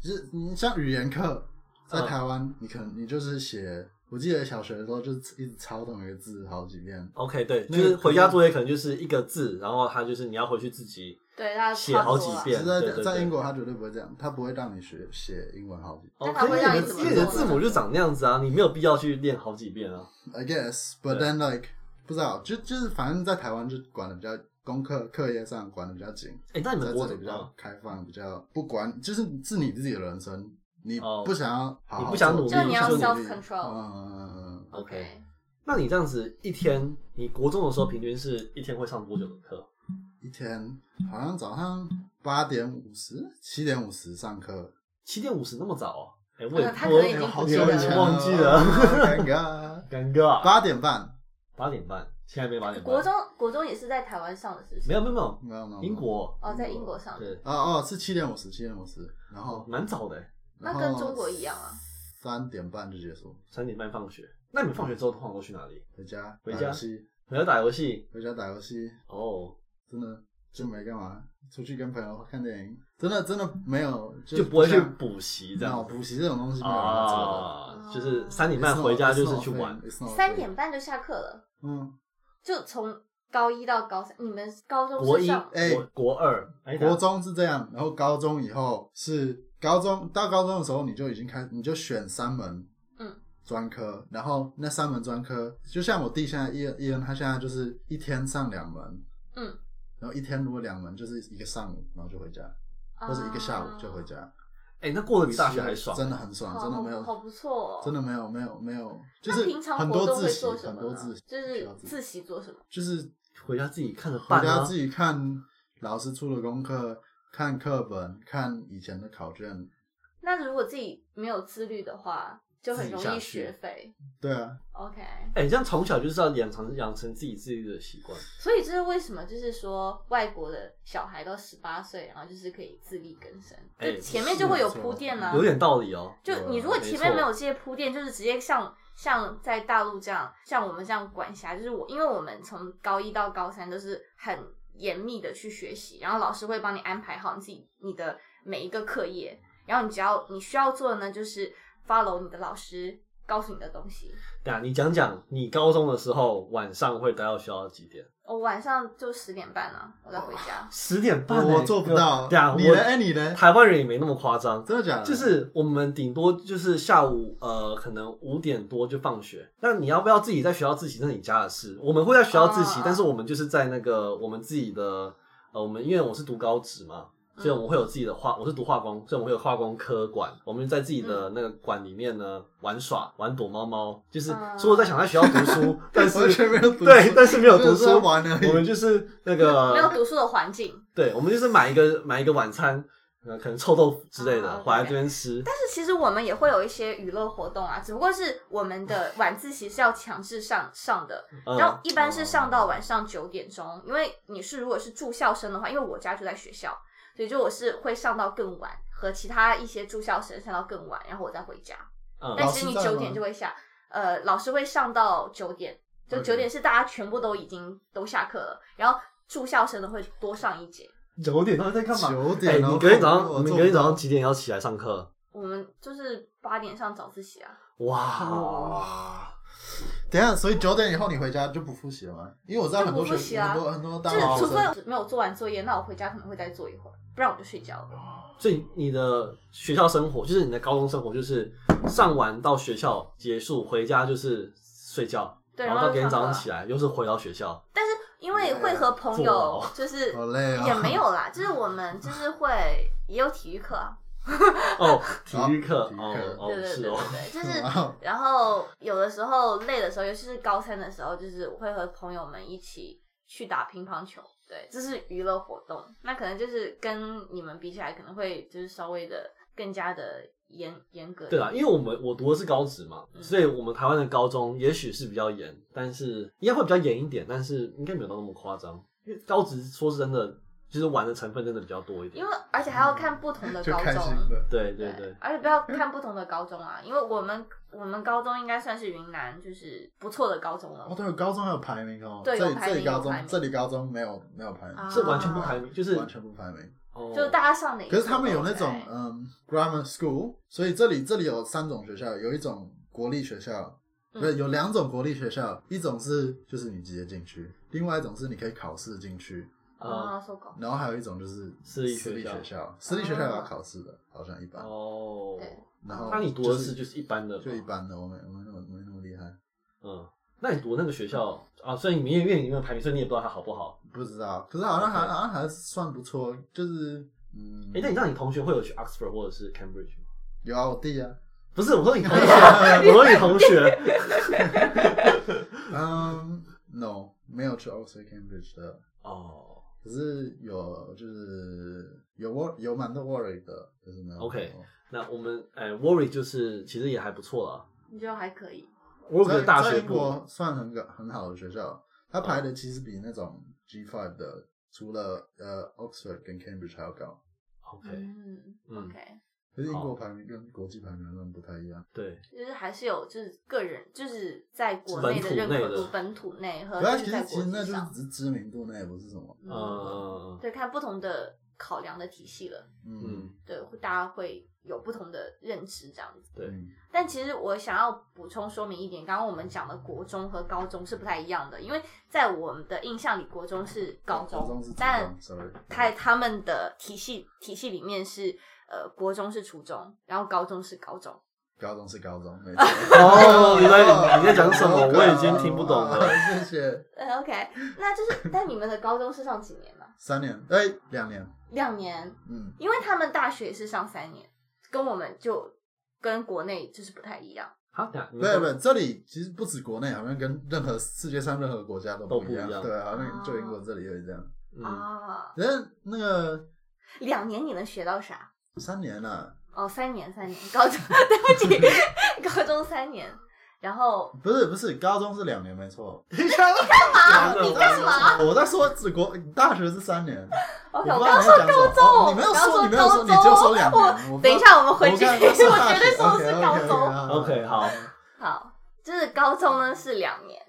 [SPEAKER 3] 就是你像语言课，在
[SPEAKER 2] 嗯
[SPEAKER 3] 台湾你可能你就是写，我记得小学的时候就是一直抄同一个字好几遍。
[SPEAKER 2] OK，对，就
[SPEAKER 3] 那个
[SPEAKER 2] 是回家作业可能就是一个字，然后他就是你要回去自己
[SPEAKER 1] 对，他
[SPEAKER 2] 写
[SPEAKER 1] 创
[SPEAKER 2] 好
[SPEAKER 1] 作
[SPEAKER 2] 几
[SPEAKER 1] 了
[SPEAKER 2] 遍
[SPEAKER 3] 是在
[SPEAKER 2] 对对
[SPEAKER 3] 在
[SPEAKER 2] 对
[SPEAKER 3] 英国，他绝对不会这样，他不会让你学写英文好几遍。
[SPEAKER 2] 哦，
[SPEAKER 1] 他
[SPEAKER 2] 可
[SPEAKER 1] 会
[SPEAKER 2] 是
[SPEAKER 1] 让
[SPEAKER 2] 你
[SPEAKER 1] 你
[SPEAKER 2] 的
[SPEAKER 1] 怎么
[SPEAKER 2] 因为你的
[SPEAKER 1] 做
[SPEAKER 2] 字
[SPEAKER 1] 呢
[SPEAKER 2] 母就长那样子啊，你没有必要去练好几遍啊。
[SPEAKER 3] I guess, but
[SPEAKER 2] 对
[SPEAKER 3] then like 不知道，就就是反正在台湾就管的比较功课课业上管的比较紧，
[SPEAKER 2] 哎，那你
[SPEAKER 3] 在
[SPEAKER 2] 们国
[SPEAKER 3] 这
[SPEAKER 2] 怎
[SPEAKER 3] 里比
[SPEAKER 2] 么
[SPEAKER 3] 较
[SPEAKER 2] 样？
[SPEAKER 3] 开放，比较不管，就是是你自己的人生，你
[SPEAKER 2] 哦
[SPEAKER 3] 不想要好好做，
[SPEAKER 2] 你不想努力就你要
[SPEAKER 3] 不想努
[SPEAKER 1] self-control
[SPEAKER 3] 嗯嗯嗯嗯嗯，
[SPEAKER 1] OK，
[SPEAKER 2] 那你这样子一天，你国中的时候平均是一天会上多久的课？
[SPEAKER 3] 一天好像早上八点五十、七点五十上课，
[SPEAKER 2] 七点五十那么早哦？哎，我也
[SPEAKER 1] 那啊他
[SPEAKER 2] 我
[SPEAKER 1] 可能已
[SPEAKER 3] 哎
[SPEAKER 1] 经
[SPEAKER 3] 呦
[SPEAKER 1] 不
[SPEAKER 3] 好
[SPEAKER 1] 记
[SPEAKER 3] 久
[SPEAKER 1] 得
[SPEAKER 3] 以前
[SPEAKER 1] 了
[SPEAKER 3] 了
[SPEAKER 2] 忘记 了
[SPEAKER 3] 尴尬。
[SPEAKER 2] 尴尬啊。
[SPEAKER 3] 八点半，
[SPEAKER 2] 八点半，现在没八点半。
[SPEAKER 1] 国中国中也是在台湾上的，是不是？
[SPEAKER 2] 没有没有没有，
[SPEAKER 3] 没有没有没有
[SPEAKER 2] 英国
[SPEAKER 1] 哦，在英国上的，
[SPEAKER 2] 对，
[SPEAKER 3] 哦哦是七点五十，七点五十，然后
[SPEAKER 2] 蛮早的，
[SPEAKER 1] 那
[SPEAKER 3] 然后
[SPEAKER 1] 跟中国一样啊。
[SPEAKER 3] 三点半就结束，
[SPEAKER 2] 三点半放学。那你们放学之后通常都去哪里？
[SPEAKER 3] 回家
[SPEAKER 2] 回
[SPEAKER 3] 打
[SPEAKER 2] 家
[SPEAKER 3] 游戏，
[SPEAKER 2] 回家打游戏
[SPEAKER 3] 回家打游戏，
[SPEAKER 2] 哦，
[SPEAKER 3] 真的就没干嘛，出去跟朋友看电影，真的真的没有，
[SPEAKER 2] 就不会去
[SPEAKER 3] 像
[SPEAKER 2] 补习这
[SPEAKER 3] 那
[SPEAKER 2] 样
[SPEAKER 3] 我
[SPEAKER 2] 子
[SPEAKER 3] 补习这种东西没有人做
[SPEAKER 1] 哦
[SPEAKER 2] 啊，就是三点半回家就是去玩。
[SPEAKER 3] 的。
[SPEAKER 1] 三点，半就下课了，
[SPEAKER 3] 嗯，
[SPEAKER 1] 就从高一到高三，你们高中
[SPEAKER 2] 国
[SPEAKER 1] 是
[SPEAKER 2] 一、
[SPEAKER 1] 上
[SPEAKER 3] 哎
[SPEAKER 2] 国国二、哎
[SPEAKER 3] 国中是这样，然后高中以后是高中到高中的时候你就已经开，你就选三门，
[SPEAKER 1] 嗯，
[SPEAKER 3] 专科，然后那三门专科，就像我弟现在伊恩伊恩，他现在就是一天上两门，
[SPEAKER 1] 嗯，
[SPEAKER 3] 然后一天如果两门就是一个上午，然后就回家，
[SPEAKER 1] 啊
[SPEAKER 3] 或者一个下午就回，家，
[SPEAKER 2] 哎，那过得比大学还爽，
[SPEAKER 3] 真的很
[SPEAKER 1] 啊
[SPEAKER 3] 爽，
[SPEAKER 1] 好
[SPEAKER 3] 真的没
[SPEAKER 1] 好好
[SPEAKER 3] 有
[SPEAKER 1] 不错哦，
[SPEAKER 3] 真
[SPEAKER 1] 的。
[SPEAKER 3] 的没有没有没有，就
[SPEAKER 1] 那
[SPEAKER 3] 是
[SPEAKER 1] 平常
[SPEAKER 3] 很
[SPEAKER 1] 活
[SPEAKER 3] 多
[SPEAKER 1] 动
[SPEAKER 3] 自
[SPEAKER 1] 会
[SPEAKER 3] 习，
[SPEAKER 1] 做什
[SPEAKER 3] 很
[SPEAKER 1] 么
[SPEAKER 3] 多自
[SPEAKER 1] 呢
[SPEAKER 3] 习，，
[SPEAKER 1] 就是
[SPEAKER 3] 自
[SPEAKER 1] 自习做什么？
[SPEAKER 3] 就是
[SPEAKER 2] 回家自己看着
[SPEAKER 3] 回
[SPEAKER 2] 办
[SPEAKER 3] 家
[SPEAKER 2] 啊
[SPEAKER 3] 自。己看老师出的功课，看课本，看以前的考卷，
[SPEAKER 1] 那如果自己没有自律的话，就很容
[SPEAKER 2] 自己下
[SPEAKER 1] 易
[SPEAKER 2] 去
[SPEAKER 1] 学废。
[SPEAKER 3] 对啊，
[SPEAKER 1] OK，
[SPEAKER 2] 哎，这样从小就是要养成养成自己自律的习惯。
[SPEAKER 1] 所以这是为什么，就是说外国的小孩到十八岁，然后就是可以自力更生，
[SPEAKER 2] 哎
[SPEAKER 1] 就前面就会有铺垫啊
[SPEAKER 2] 有。点道理哦。
[SPEAKER 1] 就你如果前面没有这些铺垫，就是直接像像在大陆这样，像我们这样管辖，就是我，因为我们从高一到高三都是很严密的去学习，然后老师会帮你安排好你自己你的每一个课业，然后你只要你需要做的呢，就是 follow 你的老师告诉你的东西。
[SPEAKER 2] 对啊，你讲讲你高中的时候晚上会待到学校到几点？
[SPEAKER 1] 我晚上就十点半啊，我再回家。
[SPEAKER 2] 十点半欸、
[SPEAKER 3] 我做不到。
[SPEAKER 2] 对啊，
[SPEAKER 3] 你呢？
[SPEAKER 2] 我
[SPEAKER 3] 哎，你呢？
[SPEAKER 2] 台湾人也没那么夸张，
[SPEAKER 3] 真的假的？
[SPEAKER 2] 就是我们顶多就是下午呃，可能五点多就放学。那你要不要自己在学校自习，那是你家的事。我们会在学校自习，
[SPEAKER 3] 啊
[SPEAKER 1] 哦
[SPEAKER 2] 但是我们就是在那个我们自己的呃，我们因为我是读高职嘛，
[SPEAKER 3] 嗯
[SPEAKER 2] 所以我们会有自己的化，我是读化工，所以我们会有化工科馆。我们在自己的那个馆里面呢玩耍，玩躲猫猫，就是
[SPEAKER 1] 嗯
[SPEAKER 2] 说在想在学校读 书，但是
[SPEAKER 3] 完全没有读书
[SPEAKER 2] 对，但是没有读
[SPEAKER 3] 就是在
[SPEAKER 2] 书
[SPEAKER 3] 玩而已
[SPEAKER 2] 我们就是那 个
[SPEAKER 1] 没有读书的环境。
[SPEAKER 2] 对，我们就是买一个买一个晚餐，呃，可能臭豆腐之类的，
[SPEAKER 1] 啊
[SPEAKER 2] 回来这边吃。
[SPEAKER 1] 但是其实我们也会有一些娱乐活动啊，只不过是我们的晚自习是要强制上上的，
[SPEAKER 2] 嗯
[SPEAKER 1] 然后一般是上到晚上九点钟，因为你是如果是住校生的话，因为我家就在学校，所以就我是会上到更晚，和其他一些住校生上到更晚，然后我再回家。
[SPEAKER 2] 嗯，
[SPEAKER 1] 但
[SPEAKER 3] 老
[SPEAKER 1] 其实
[SPEAKER 3] 师
[SPEAKER 1] 你
[SPEAKER 3] 在
[SPEAKER 1] 九
[SPEAKER 3] 吗
[SPEAKER 1] 点就会下，呃，老师会上到九点，就
[SPEAKER 3] OK
[SPEAKER 1] 九点是大家全部都已经都下课了，然后住校生的会多上一节。
[SPEAKER 2] 九点到底在干嘛？
[SPEAKER 3] 九
[SPEAKER 2] 哎，
[SPEAKER 3] 点
[SPEAKER 2] 你
[SPEAKER 3] 哦，
[SPEAKER 2] 隔天早
[SPEAKER 3] 我
[SPEAKER 2] 上，你隔
[SPEAKER 3] 做不
[SPEAKER 2] 天早
[SPEAKER 3] 到
[SPEAKER 2] 上几点要起来上课？
[SPEAKER 1] 我们就是八点上早自习啊，哦
[SPEAKER 2] 哇，
[SPEAKER 3] 哇！ 等一下，所以九点以后你回家就不复习了吗？因为我知道很多
[SPEAKER 1] 就不复习
[SPEAKER 3] 学、
[SPEAKER 1] 啊
[SPEAKER 3] 很多很多
[SPEAKER 1] 就
[SPEAKER 3] 大
[SPEAKER 1] 是
[SPEAKER 3] 学
[SPEAKER 1] 除非
[SPEAKER 3] 生
[SPEAKER 1] 我没有做完作业，那我回家可能会再做一会儿，不然我就睡觉了。
[SPEAKER 2] 所以你的学校生活，就是你的高中生活，就是上完到学校结束，回家就是睡觉，
[SPEAKER 1] 对
[SPEAKER 2] 然
[SPEAKER 1] 然
[SPEAKER 2] 后
[SPEAKER 1] 后
[SPEAKER 2] 哦到隔
[SPEAKER 1] 上
[SPEAKER 2] 天早
[SPEAKER 1] 课
[SPEAKER 2] 上起来又是回到学校。
[SPEAKER 1] 但是因为会和朋友
[SPEAKER 2] 坐牢
[SPEAKER 1] 就是
[SPEAKER 3] 好累哦
[SPEAKER 1] 也没有啦，就是我们就是会也有体育课啊，
[SPEAKER 2] 哦，体育课
[SPEAKER 3] 体育
[SPEAKER 2] 哦
[SPEAKER 3] 课
[SPEAKER 2] 哦
[SPEAKER 1] 对对对
[SPEAKER 2] 是
[SPEAKER 1] 对
[SPEAKER 2] 哦，
[SPEAKER 1] 对， 就
[SPEAKER 3] 哇
[SPEAKER 1] 是
[SPEAKER 3] 哦
[SPEAKER 1] 然后有的时候累的时候，尤其是高三的时候，就是我会和朋友们一起去打乒乓球，对，这是娱乐活动。那可能就是跟你们比起来，可能会就是稍微的更加的严严格一
[SPEAKER 2] 对啊
[SPEAKER 1] 点。
[SPEAKER 2] 啦，因为我们我读的是高职嘛，
[SPEAKER 1] 嗯
[SPEAKER 2] 所以我们台湾的高中也许是比较严，但是应该会比较严一点，但是应该没有到那么夸张。因为高职说是真的，就是玩的成分真的比较多一点
[SPEAKER 1] 因。为而且还要看不同的
[SPEAKER 3] 就
[SPEAKER 1] 高
[SPEAKER 3] 开心
[SPEAKER 1] 中，
[SPEAKER 3] 的。
[SPEAKER 2] 对对对，
[SPEAKER 1] 而且不要看不同的高中 啊，因为我们我们高中应该算是云南就是不错的高中了
[SPEAKER 3] 哦，。对，高中还有排名哦。
[SPEAKER 1] 对
[SPEAKER 3] 这
[SPEAKER 1] 有
[SPEAKER 3] 里
[SPEAKER 1] 排
[SPEAKER 3] 这
[SPEAKER 1] 名
[SPEAKER 3] 里高
[SPEAKER 1] 有排名
[SPEAKER 3] 中这里高中没有没有排名
[SPEAKER 1] 啊，
[SPEAKER 2] 是完全不排名，就是
[SPEAKER 3] 完全不排名。
[SPEAKER 2] 哦
[SPEAKER 1] 就是大家上哪一所
[SPEAKER 3] 可
[SPEAKER 1] 都在？
[SPEAKER 3] 是他们有那种
[SPEAKER 1] 哎
[SPEAKER 3] 嗯 grammar school，所以这里这里有三种学校，有一种国立学校，
[SPEAKER 1] 嗯
[SPEAKER 3] 不是有两种国立学校，一种是就是你直接进去，另外一种是你可以考试进去，
[SPEAKER 2] 啊
[SPEAKER 1] 啊，搜狗
[SPEAKER 3] 然后还有一种就是
[SPEAKER 2] 私立
[SPEAKER 3] 私立
[SPEAKER 2] 学校
[SPEAKER 3] 学校，私立学校也要考试的，好像一般。
[SPEAKER 2] 哦，
[SPEAKER 1] 对
[SPEAKER 3] 然后
[SPEAKER 2] 那你读的
[SPEAKER 3] 就是
[SPEAKER 2] 就是一般的吗，
[SPEAKER 3] 就一般的，我没我没那么没那么厉害，
[SPEAKER 2] 嗯。那你读那个学校啊，虽然你没因为你没有排名，所以你也不知道它好不好。
[SPEAKER 3] 不知道。可是好像还
[SPEAKER 2] OK
[SPEAKER 3] 好像还算不错，就是嗯。
[SPEAKER 2] 哎、那你让你同学会有去 Oxford 或者是 Cambridge 吗？
[SPEAKER 3] 有啊，我弟啊，
[SPEAKER 2] 不是，我说你同学， 我说你同学。
[SPEAKER 3] 嗯、n o 没有去 Oxford Cambridge 的，
[SPEAKER 2] 哦
[SPEAKER 3] 可是有就是有 wor 有蛮多 worry 的，就是哦没有。
[SPEAKER 2] OK 那我们哎、w o r r y 就是其实也还不错啦。
[SPEAKER 1] 你觉得还可以？
[SPEAKER 2] w o r r
[SPEAKER 3] 在
[SPEAKER 2] y 大
[SPEAKER 3] 在
[SPEAKER 2] 学
[SPEAKER 3] 英
[SPEAKER 2] 部
[SPEAKER 3] 国算很个很好的学校，它排的其实比那种 G five 的，除了呃 Oxford 跟 Cambridge 还要高。
[SPEAKER 2] ，OK，、
[SPEAKER 1] 嗯
[SPEAKER 2] 嗯
[SPEAKER 1] ，OK，
[SPEAKER 3] 可是英
[SPEAKER 2] 好
[SPEAKER 3] 国排名跟国际排名好像不太一样，
[SPEAKER 2] 对，
[SPEAKER 1] 就是还是有就是个人就是在国
[SPEAKER 2] 本
[SPEAKER 1] 内的
[SPEAKER 2] 土
[SPEAKER 1] 认
[SPEAKER 2] 内
[SPEAKER 1] 可
[SPEAKER 2] 的
[SPEAKER 1] 度、本土内和
[SPEAKER 3] 可它
[SPEAKER 1] 就
[SPEAKER 3] 其
[SPEAKER 1] 是
[SPEAKER 3] 实
[SPEAKER 1] 在
[SPEAKER 3] 其
[SPEAKER 1] 国
[SPEAKER 3] 实那
[SPEAKER 1] 际
[SPEAKER 3] 就是呃
[SPEAKER 1] 上，
[SPEAKER 3] 只是知名度，那也不是什么。
[SPEAKER 2] 嗯嗯嗯
[SPEAKER 1] 对，看不同的考量的体系了，
[SPEAKER 3] 嗯，
[SPEAKER 2] 嗯，
[SPEAKER 1] 对，大家会有不同的认知这样子。
[SPEAKER 2] 对
[SPEAKER 3] 嗯
[SPEAKER 1] 但其实我想要补充说明一点，刚刚我们讲的国中和高中是不太一样的，因为在我们的印象里，国中是高中，
[SPEAKER 3] 高中是初
[SPEAKER 1] 但
[SPEAKER 3] 中，sorry，
[SPEAKER 1] 在他们的体系体系里面是呃国中是初中，然后高中是高中。
[SPEAKER 3] 高中是高中，没 错。
[SPEAKER 2] 哦原来你在讲什么我已经听不懂了
[SPEAKER 3] 哦谢谢。
[SPEAKER 1] 呃 OK，那就是但你们的高中是上几年呢、
[SPEAKER 3] 三年，哎，两年，
[SPEAKER 1] 两年，
[SPEAKER 3] 嗯，
[SPEAKER 1] 因为他们大学是上三年，跟我们就跟国内就是不太一样。
[SPEAKER 2] 好，等一下你们
[SPEAKER 3] 对
[SPEAKER 2] 说
[SPEAKER 3] 对，这里其实不止国内，好像跟任何世界上任何国家都
[SPEAKER 2] 都
[SPEAKER 3] 不一样
[SPEAKER 2] 不一，样
[SPEAKER 3] 对，好像就英国这里也是这样。
[SPEAKER 2] 嗯，
[SPEAKER 1] 啊，
[SPEAKER 3] 但是那个
[SPEAKER 1] 两年你能学到啥？
[SPEAKER 3] 三年啊，
[SPEAKER 1] 哦，三年，三年，高中， 对不起，高中三年，然后
[SPEAKER 3] 不是不是，高中是两年没错。
[SPEAKER 1] 啊，
[SPEAKER 2] 真的
[SPEAKER 1] 你干嘛
[SPEAKER 3] 我在说只国大学是三年，我
[SPEAKER 1] ？OK，
[SPEAKER 3] 不
[SPEAKER 1] 我
[SPEAKER 3] 知
[SPEAKER 1] 刚刚说
[SPEAKER 3] 道你在讲什
[SPEAKER 1] 高
[SPEAKER 3] 么
[SPEAKER 1] 中，
[SPEAKER 3] 哦你没有
[SPEAKER 1] 我刚
[SPEAKER 3] 说，
[SPEAKER 1] 说
[SPEAKER 3] 你没有说，
[SPEAKER 1] 高
[SPEAKER 3] 你
[SPEAKER 1] 中
[SPEAKER 3] 就说两年。
[SPEAKER 1] 我
[SPEAKER 3] 我不知道
[SPEAKER 1] 等一，下，我们哦回去，
[SPEAKER 3] 我刚才说
[SPEAKER 1] 我绝对说
[SPEAKER 3] 大
[SPEAKER 1] 的
[SPEAKER 3] 学
[SPEAKER 1] 是高
[SPEAKER 3] OK，OK，
[SPEAKER 1] 中。
[SPEAKER 3] 好
[SPEAKER 2] OK，好，
[SPEAKER 1] 好，就是高中呢是两年，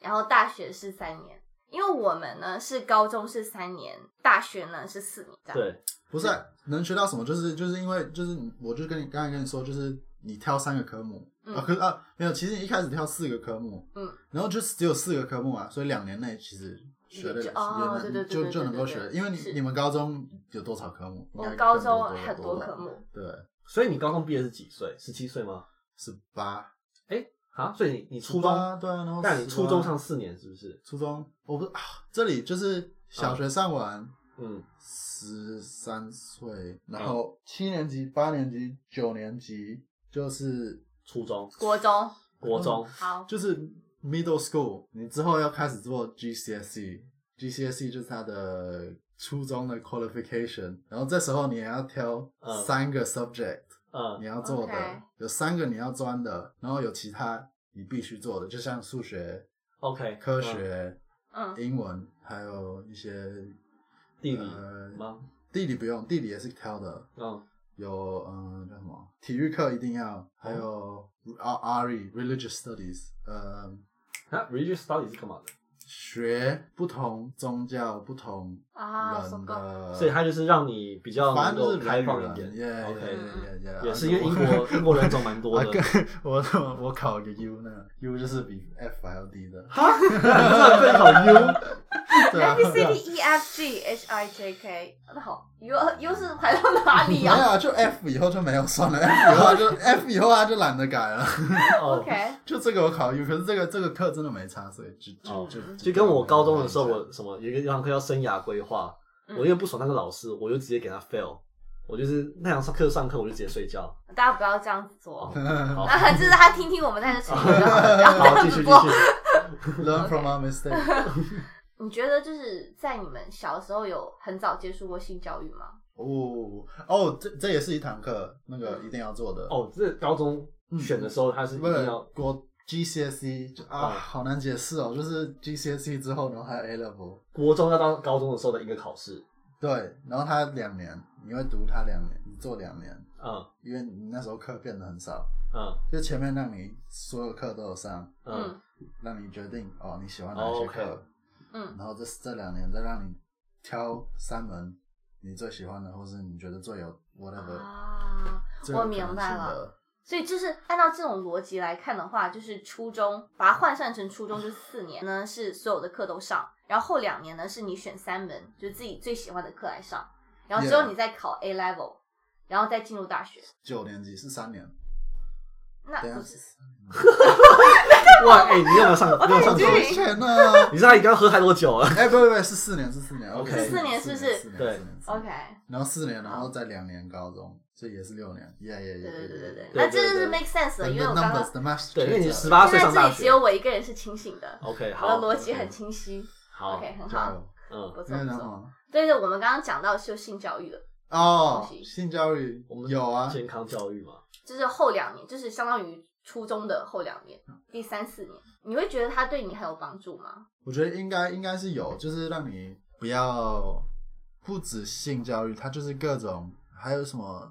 [SPEAKER 1] 然后大学是三年，因为我们呢是高中是三年，大学呢是四年，这样。
[SPEAKER 2] 对，
[SPEAKER 3] 不是能学到什么？就是就是因为就是你我就跟你刚才跟你说，就是你挑三个科目、
[SPEAKER 1] 嗯
[SPEAKER 3] 啊，可是啊没有，其实你一开始挑四个科目，
[SPEAKER 1] 嗯，
[SPEAKER 3] 然后就只有四个科目啊，所以两年内其实学的
[SPEAKER 1] 也就哦
[SPEAKER 3] 也能
[SPEAKER 1] 对对对对
[SPEAKER 3] 就
[SPEAKER 1] 对
[SPEAKER 3] 就能够
[SPEAKER 1] 对对
[SPEAKER 3] 学，因为你
[SPEAKER 1] 是
[SPEAKER 3] 你们高中有多少科目？
[SPEAKER 1] 我
[SPEAKER 3] 应该
[SPEAKER 1] 高
[SPEAKER 3] 更多
[SPEAKER 1] 中很多
[SPEAKER 3] 吧
[SPEAKER 1] 科目，
[SPEAKER 3] 对，
[SPEAKER 2] 所以你高中毕业是几岁？十七岁吗？
[SPEAKER 3] 十八，
[SPEAKER 2] 哎，啊，所以你你初
[SPEAKER 3] 18
[SPEAKER 2] 中，
[SPEAKER 3] 对啊，然后
[SPEAKER 2] 但你初中
[SPEAKER 3] 18
[SPEAKER 2] 上四年是不是？
[SPEAKER 3] 初中，我不是啊，这里就是小学上完。
[SPEAKER 2] 嗯，
[SPEAKER 3] 十三岁，然后七年级、八年级、九年级就是
[SPEAKER 2] 初中、
[SPEAKER 1] 国中
[SPEAKER 2] 国中，
[SPEAKER 1] 好，
[SPEAKER 3] 就是 middle school，你之后要开始做 E GCSE，GCSE 就是它的初中的 qualification，然后这时候你也要挑
[SPEAKER 2] 嗯
[SPEAKER 3] 三个 subject
[SPEAKER 2] 嗯
[SPEAKER 3] 你要做的
[SPEAKER 1] OK
[SPEAKER 3] 有三个你要钻的，然后有其他你必须做的，就像数学、
[SPEAKER 2] ，OK，
[SPEAKER 3] 科
[SPEAKER 2] 嗯、
[SPEAKER 3] 学、
[SPEAKER 1] 嗯，
[SPEAKER 3] 英文，还有一些
[SPEAKER 2] 地理
[SPEAKER 3] 呃，
[SPEAKER 2] 吗？
[SPEAKER 3] 地理不用，地理也是挑的，
[SPEAKER 2] 嗯，
[SPEAKER 3] 有嗯叫什么体育课一定要，
[SPEAKER 2] 嗯
[SPEAKER 3] 还有啊 R RE Religious Studies，呃，
[SPEAKER 2] 那 religious studies 是干嘛的？
[SPEAKER 3] 学不同宗教、不同
[SPEAKER 1] 啊，说
[SPEAKER 3] 人
[SPEAKER 1] 过，
[SPEAKER 3] 的，
[SPEAKER 2] 所以它就是让你比较
[SPEAKER 3] 呃反
[SPEAKER 2] 能
[SPEAKER 3] 正就
[SPEAKER 2] 够
[SPEAKER 3] 是
[SPEAKER 2] 开
[SPEAKER 3] 人与
[SPEAKER 2] 放一
[SPEAKER 3] 人
[SPEAKER 2] 点
[SPEAKER 3] 耶
[SPEAKER 2] ，OK，
[SPEAKER 3] 耶耶耶
[SPEAKER 2] 也是因为英国 英国人种蛮多
[SPEAKER 3] 啊，
[SPEAKER 2] 的
[SPEAKER 3] 跟。我我我考了个 U 呢，U 就是比 F 还要低的，
[SPEAKER 1] 哎
[SPEAKER 2] 哈，你 这考 U，
[SPEAKER 3] 对
[SPEAKER 1] A
[SPEAKER 3] 啊
[SPEAKER 1] B。C D E F G H I J K，那好，U U 是排到哪里
[SPEAKER 3] 没有
[SPEAKER 1] 呀、
[SPEAKER 3] 啊，就 F 以后就没有算了，F 以后啊 就 F 以后他就懒得改了。
[SPEAKER 2] 哦
[SPEAKER 1] o k
[SPEAKER 3] 就这个我考 U，可是这个这个课真的没差，所以就
[SPEAKER 2] 哦
[SPEAKER 3] 就
[SPEAKER 2] 就
[SPEAKER 3] 就
[SPEAKER 2] 跟我高中的时候，我什么有一个有一堂课叫生涯规划，
[SPEAKER 1] 嗯
[SPEAKER 2] 我因为不爽那个老师，我就直接给他 fail，我就是那堂课上课我就直接睡 觉。
[SPEAKER 1] 大家不要这样子做
[SPEAKER 2] 好，，好
[SPEAKER 1] 然后 就是他听听我们在这群里就好，不要这
[SPEAKER 2] 好，
[SPEAKER 1] 样
[SPEAKER 2] 继
[SPEAKER 1] 子
[SPEAKER 2] 续继
[SPEAKER 1] 播。
[SPEAKER 2] 续。
[SPEAKER 3] learn from our mistake。
[SPEAKER 1] 你觉得就是在你们小的时候有很早接触过性教育吗？
[SPEAKER 3] 哦哦，这这也是一堂课，那个一定要做的。嗯
[SPEAKER 2] 哦，这高中选的时候他是一
[SPEAKER 3] 不
[SPEAKER 2] 定
[SPEAKER 3] 是
[SPEAKER 2] 要
[SPEAKER 3] 国 GCSE 就啊，
[SPEAKER 2] 哦
[SPEAKER 3] 好难解释哦。就是 GCSE 之后，然后还有 A level，
[SPEAKER 2] 国中要当高中的时候的一个考试，
[SPEAKER 3] 对，然后它两年，你会读它两年，你做两年，
[SPEAKER 2] 嗯
[SPEAKER 3] 因为你那时候课变得很少，
[SPEAKER 2] 嗯
[SPEAKER 3] 就前面让你所有课都有上，
[SPEAKER 2] 嗯，
[SPEAKER 3] 让你决定哦你喜欢哪些课，
[SPEAKER 2] 哦
[SPEAKER 1] 嗯
[SPEAKER 3] 然后这这两年再让你挑三门你最喜欢的，或是你觉得最有 whatever，、
[SPEAKER 1] 啊，
[SPEAKER 3] 最有
[SPEAKER 1] 我明白
[SPEAKER 3] 可能性
[SPEAKER 1] 了
[SPEAKER 3] 的。
[SPEAKER 1] 所以就是按照这种逻辑来看的话，就是初中把它换算成初中就是四年呢，是所有的课都上，然后后两年呢是你选三门，就是自己最喜欢的课来上，然后之后
[SPEAKER 3] Yeah
[SPEAKER 1] 你再考 A level，然后再进入大学。
[SPEAKER 3] 九年级是三年，
[SPEAKER 1] 那
[SPEAKER 3] 等一
[SPEAKER 1] 不
[SPEAKER 3] 下
[SPEAKER 1] 是
[SPEAKER 2] 哇，哎，你有没有上？你有没有上
[SPEAKER 1] 嗯我看
[SPEAKER 2] 过
[SPEAKER 1] 你？
[SPEAKER 3] 之前呢？
[SPEAKER 2] 你知道你刚刚喝太多酒了？
[SPEAKER 3] 啊 哎，不不不，是四年，是四年
[SPEAKER 2] OK
[SPEAKER 3] ，OK，
[SPEAKER 2] 是四
[SPEAKER 1] 年是不是
[SPEAKER 3] 四年
[SPEAKER 2] 对
[SPEAKER 3] 四年四年
[SPEAKER 1] OK？
[SPEAKER 3] 然后四年，然后再两年高中，所以也是六年，耶耶
[SPEAKER 1] 对
[SPEAKER 3] 耶，
[SPEAKER 1] 对对对对
[SPEAKER 2] 对，
[SPEAKER 1] 那这就是
[SPEAKER 2] 对
[SPEAKER 1] make sense 的，因为我刚刚
[SPEAKER 3] numbers the math，
[SPEAKER 2] 对，因为你十八
[SPEAKER 1] 现
[SPEAKER 2] 岁
[SPEAKER 1] 在
[SPEAKER 2] 上
[SPEAKER 1] 这
[SPEAKER 2] 大
[SPEAKER 1] 里只
[SPEAKER 2] 学
[SPEAKER 1] 有。我一个人是清醒的，
[SPEAKER 2] OK，好，嗯
[SPEAKER 1] 我的逻辑很清晰。
[SPEAKER 2] 好，
[SPEAKER 1] OK，很
[SPEAKER 3] 加
[SPEAKER 1] 好，
[SPEAKER 3] 油，
[SPEAKER 2] 嗯，
[SPEAKER 1] 不错
[SPEAKER 3] 那
[SPEAKER 1] 不
[SPEAKER 3] 什
[SPEAKER 1] 错。
[SPEAKER 3] 么？
[SPEAKER 1] 对对，我们刚刚讲到就性教育了，
[SPEAKER 3] 哦
[SPEAKER 1] 东，西
[SPEAKER 3] 性教育
[SPEAKER 2] 我们
[SPEAKER 3] 有啊，
[SPEAKER 2] 健康教育嘛，
[SPEAKER 1] 就是后两年，就是相当于初中的后两年，
[SPEAKER 2] 嗯
[SPEAKER 1] 第三四年，你会觉得它对你很有帮助吗？
[SPEAKER 3] 我觉得应该应该是有，就是让你不要不止性教育，它就是各种还有什么，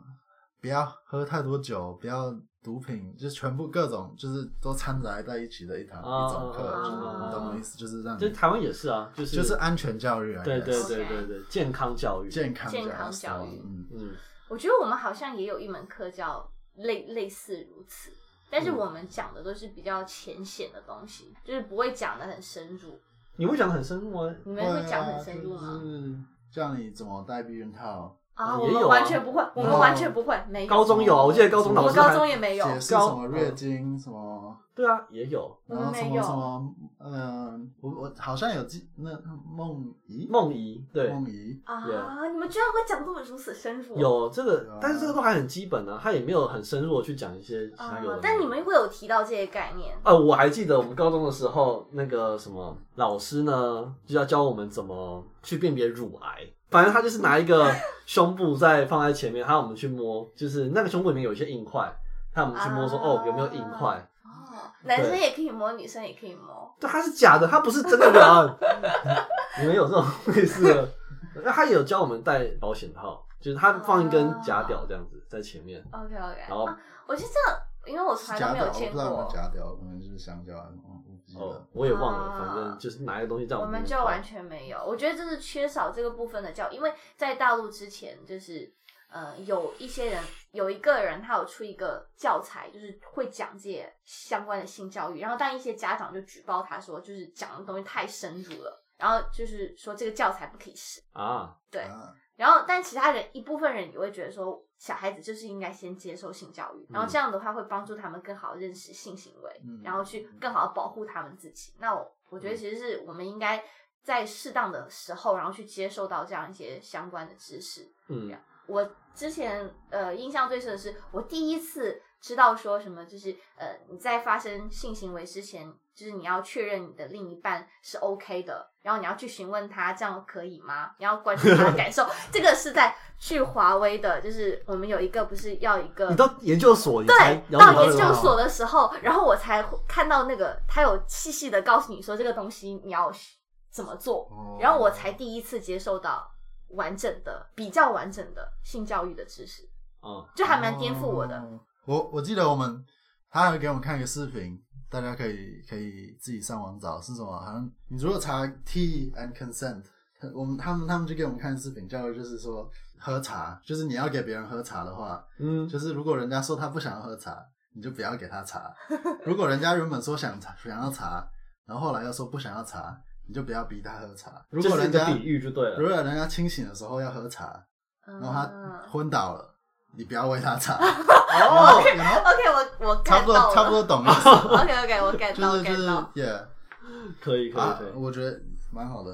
[SPEAKER 3] 不要喝太多酒，不要毒品，就是全部各种就是都掺杂在一起的一堂
[SPEAKER 2] 啊
[SPEAKER 3] 一种课，
[SPEAKER 2] 啊
[SPEAKER 3] 就是你懂我意思，就是让
[SPEAKER 2] 就
[SPEAKER 3] 你
[SPEAKER 2] 台湾也是啊，就是
[SPEAKER 3] 就是安全教育啊，
[SPEAKER 2] 对对
[SPEAKER 3] yes
[SPEAKER 2] 对对对，健康教育，
[SPEAKER 3] 健康
[SPEAKER 1] 健康教育
[SPEAKER 3] 嗯，
[SPEAKER 2] 嗯，
[SPEAKER 1] 我觉得我们好像也有一门课叫类类似如此，但
[SPEAKER 2] 嗯
[SPEAKER 1] 是我们讲的都是比较浅显的东西，就是不会讲的很深入。
[SPEAKER 2] 你会讲得很深入吗？
[SPEAKER 1] 你们会讲
[SPEAKER 3] 啊
[SPEAKER 1] 很深入吗？
[SPEAKER 2] 嗯，
[SPEAKER 3] 教你怎么戴避孕套，
[SPEAKER 1] 啊，
[SPEAKER 2] 也
[SPEAKER 1] 我们
[SPEAKER 2] 有啊
[SPEAKER 1] 完全不会，我们完全不会，没有。
[SPEAKER 2] 高中有啊，我记得高中
[SPEAKER 1] 我
[SPEAKER 2] 老
[SPEAKER 1] 们
[SPEAKER 2] 师
[SPEAKER 1] 高
[SPEAKER 2] 还
[SPEAKER 1] 中也没有
[SPEAKER 3] 解，释什么月经什么。
[SPEAKER 2] 对啊，也有
[SPEAKER 3] 然后什
[SPEAKER 1] 我们没
[SPEAKER 3] 么
[SPEAKER 1] 有
[SPEAKER 3] 什么，嗯、我我好像有记那梦怡
[SPEAKER 2] 梦遗，对，
[SPEAKER 3] 梦怡，
[SPEAKER 1] 啊！你们居然会讲这么如此深入？
[SPEAKER 2] 有这
[SPEAKER 3] 有
[SPEAKER 2] 个
[SPEAKER 3] 啊，
[SPEAKER 2] 但是这个都还很基本啊，他也没有很深入的去讲一些其他
[SPEAKER 1] 啊
[SPEAKER 2] 有的。，
[SPEAKER 1] 但你们会有提到这些概念哦
[SPEAKER 2] 呃，我还记得我们高中的时候，那个什么老师呢，就要教我们怎么去辨别乳癌。反正他就是拿一个胸部在放在前面，他让我们去摸，就是那个胸部里面有一些硬块，他让我们去摸说、
[SPEAKER 1] 啊
[SPEAKER 2] 哦有没有硬块？
[SPEAKER 1] 哦，男生也可以摸，女生也可以摸。
[SPEAKER 2] 对，它是假的，它不是真的人。 你们有这种类似的？那他也有教我们戴保险套，就是他放一根假屌这样子在前面，
[SPEAKER 1] OK OK，
[SPEAKER 2] 然后
[SPEAKER 1] 啊我觉得这样，因为我从来
[SPEAKER 3] 假
[SPEAKER 1] 都没
[SPEAKER 3] 屌，
[SPEAKER 1] 有
[SPEAKER 3] 我不
[SPEAKER 1] 见
[SPEAKER 3] 知道有没有
[SPEAKER 1] 过，
[SPEAKER 3] 假屌，可能就是香蕉还是什么，我不记
[SPEAKER 2] 哦
[SPEAKER 3] 得。
[SPEAKER 2] 我也忘了，
[SPEAKER 1] 啊
[SPEAKER 2] 反正就是拿一个东西在
[SPEAKER 1] 我
[SPEAKER 2] 们
[SPEAKER 1] 们就完全没有。我觉得这是缺少这个部分的教育，因为在大陆之前，就是呃，有一些人有一个人他有出一个教材，就是会讲这些相关的性教育，然后但一些家长就举报他说，就是讲的东西太深入了，然后就是说这个教材不可以使。
[SPEAKER 2] 啊，
[SPEAKER 1] 对，
[SPEAKER 3] 啊
[SPEAKER 1] 然后，但其他人一部分人也会觉得说，小孩子就是应该先接受性教育，然后这样的话会帮助他们更好地认识性行为，
[SPEAKER 3] 嗯
[SPEAKER 1] 然后去更好的保护他们自己。那我我觉得其实是我们应该在适当的时候，然后去接受到这样一些相关的知识。
[SPEAKER 2] 嗯，
[SPEAKER 1] 我之前呃印象最深的是，我第一次知道说什么，就是呃你在发生性行为之前，就是你要确认你的另一半是 OK 的，然后你要去询问他这样可以吗？你要关注他的感受。这个是在去华为的，就是我们有一个不是要一个
[SPEAKER 2] 你到研究所，你才
[SPEAKER 1] 嗯对，
[SPEAKER 2] 了解
[SPEAKER 1] 到
[SPEAKER 2] 到
[SPEAKER 1] 研
[SPEAKER 2] 这个啊
[SPEAKER 1] 究
[SPEAKER 2] 吗
[SPEAKER 1] 所的时候，然后我才看到那个，他有细细的告诉你说这个东西你要怎么做，
[SPEAKER 3] 哦
[SPEAKER 1] 然后我才第一次接受到完整的、比较完整的性教育的知识，
[SPEAKER 2] 嗯，
[SPEAKER 1] 就还蛮颠覆我的。
[SPEAKER 3] 哦我我记得我们他有给我们看一个视频，大家可以可以自己上网找是什么，好像你如果查 T and consent，我们他们他们就给我们看视频，教的就是说喝茶，就是你要给别人喝茶的话，
[SPEAKER 2] 嗯，
[SPEAKER 3] 就是如果人家说他不想要喝茶，你就不要给他 茶；如果人家原本说想茶想要茶，然后后来又说不想要茶，你就不要逼他喝茶。如
[SPEAKER 2] 就
[SPEAKER 3] 果
[SPEAKER 2] 是一
[SPEAKER 3] 人
[SPEAKER 2] 个
[SPEAKER 3] 家
[SPEAKER 2] 比喻就对
[SPEAKER 3] 如
[SPEAKER 2] 了，
[SPEAKER 3] 果人家清醒的时候要喝茶，
[SPEAKER 1] 嗯
[SPEAKER 3] 然后他昏倒了，你不要喂他 茶。然后
[SPEAKER 1] OK，我我
[SPEAKER 3] 差
[SPEAKER 1] get
[SPEAKER 3] 不多
[SPEAKER 1] 哦到
[SPEAKER 3] 差
[SPEAKER 1] 了。
[SPEAKER 3] 不多懂意思，
[SPEAKER 1] OK OK，我 get
[SPEAKER 3] 就
[SPEAKER 1] 到
[SPEAKER 3] 是就
[SPEAKER 1] get
[SPEAKER 3] 是
[SPEAKER 1] 到。
[SPEAKER 3] 也
[SPEAKER 2] 可以可以
[SPEAKER 3] 啊
[SPEAKER 2] 可以，，
[SPEAKER 3] 我觉得蛮好的，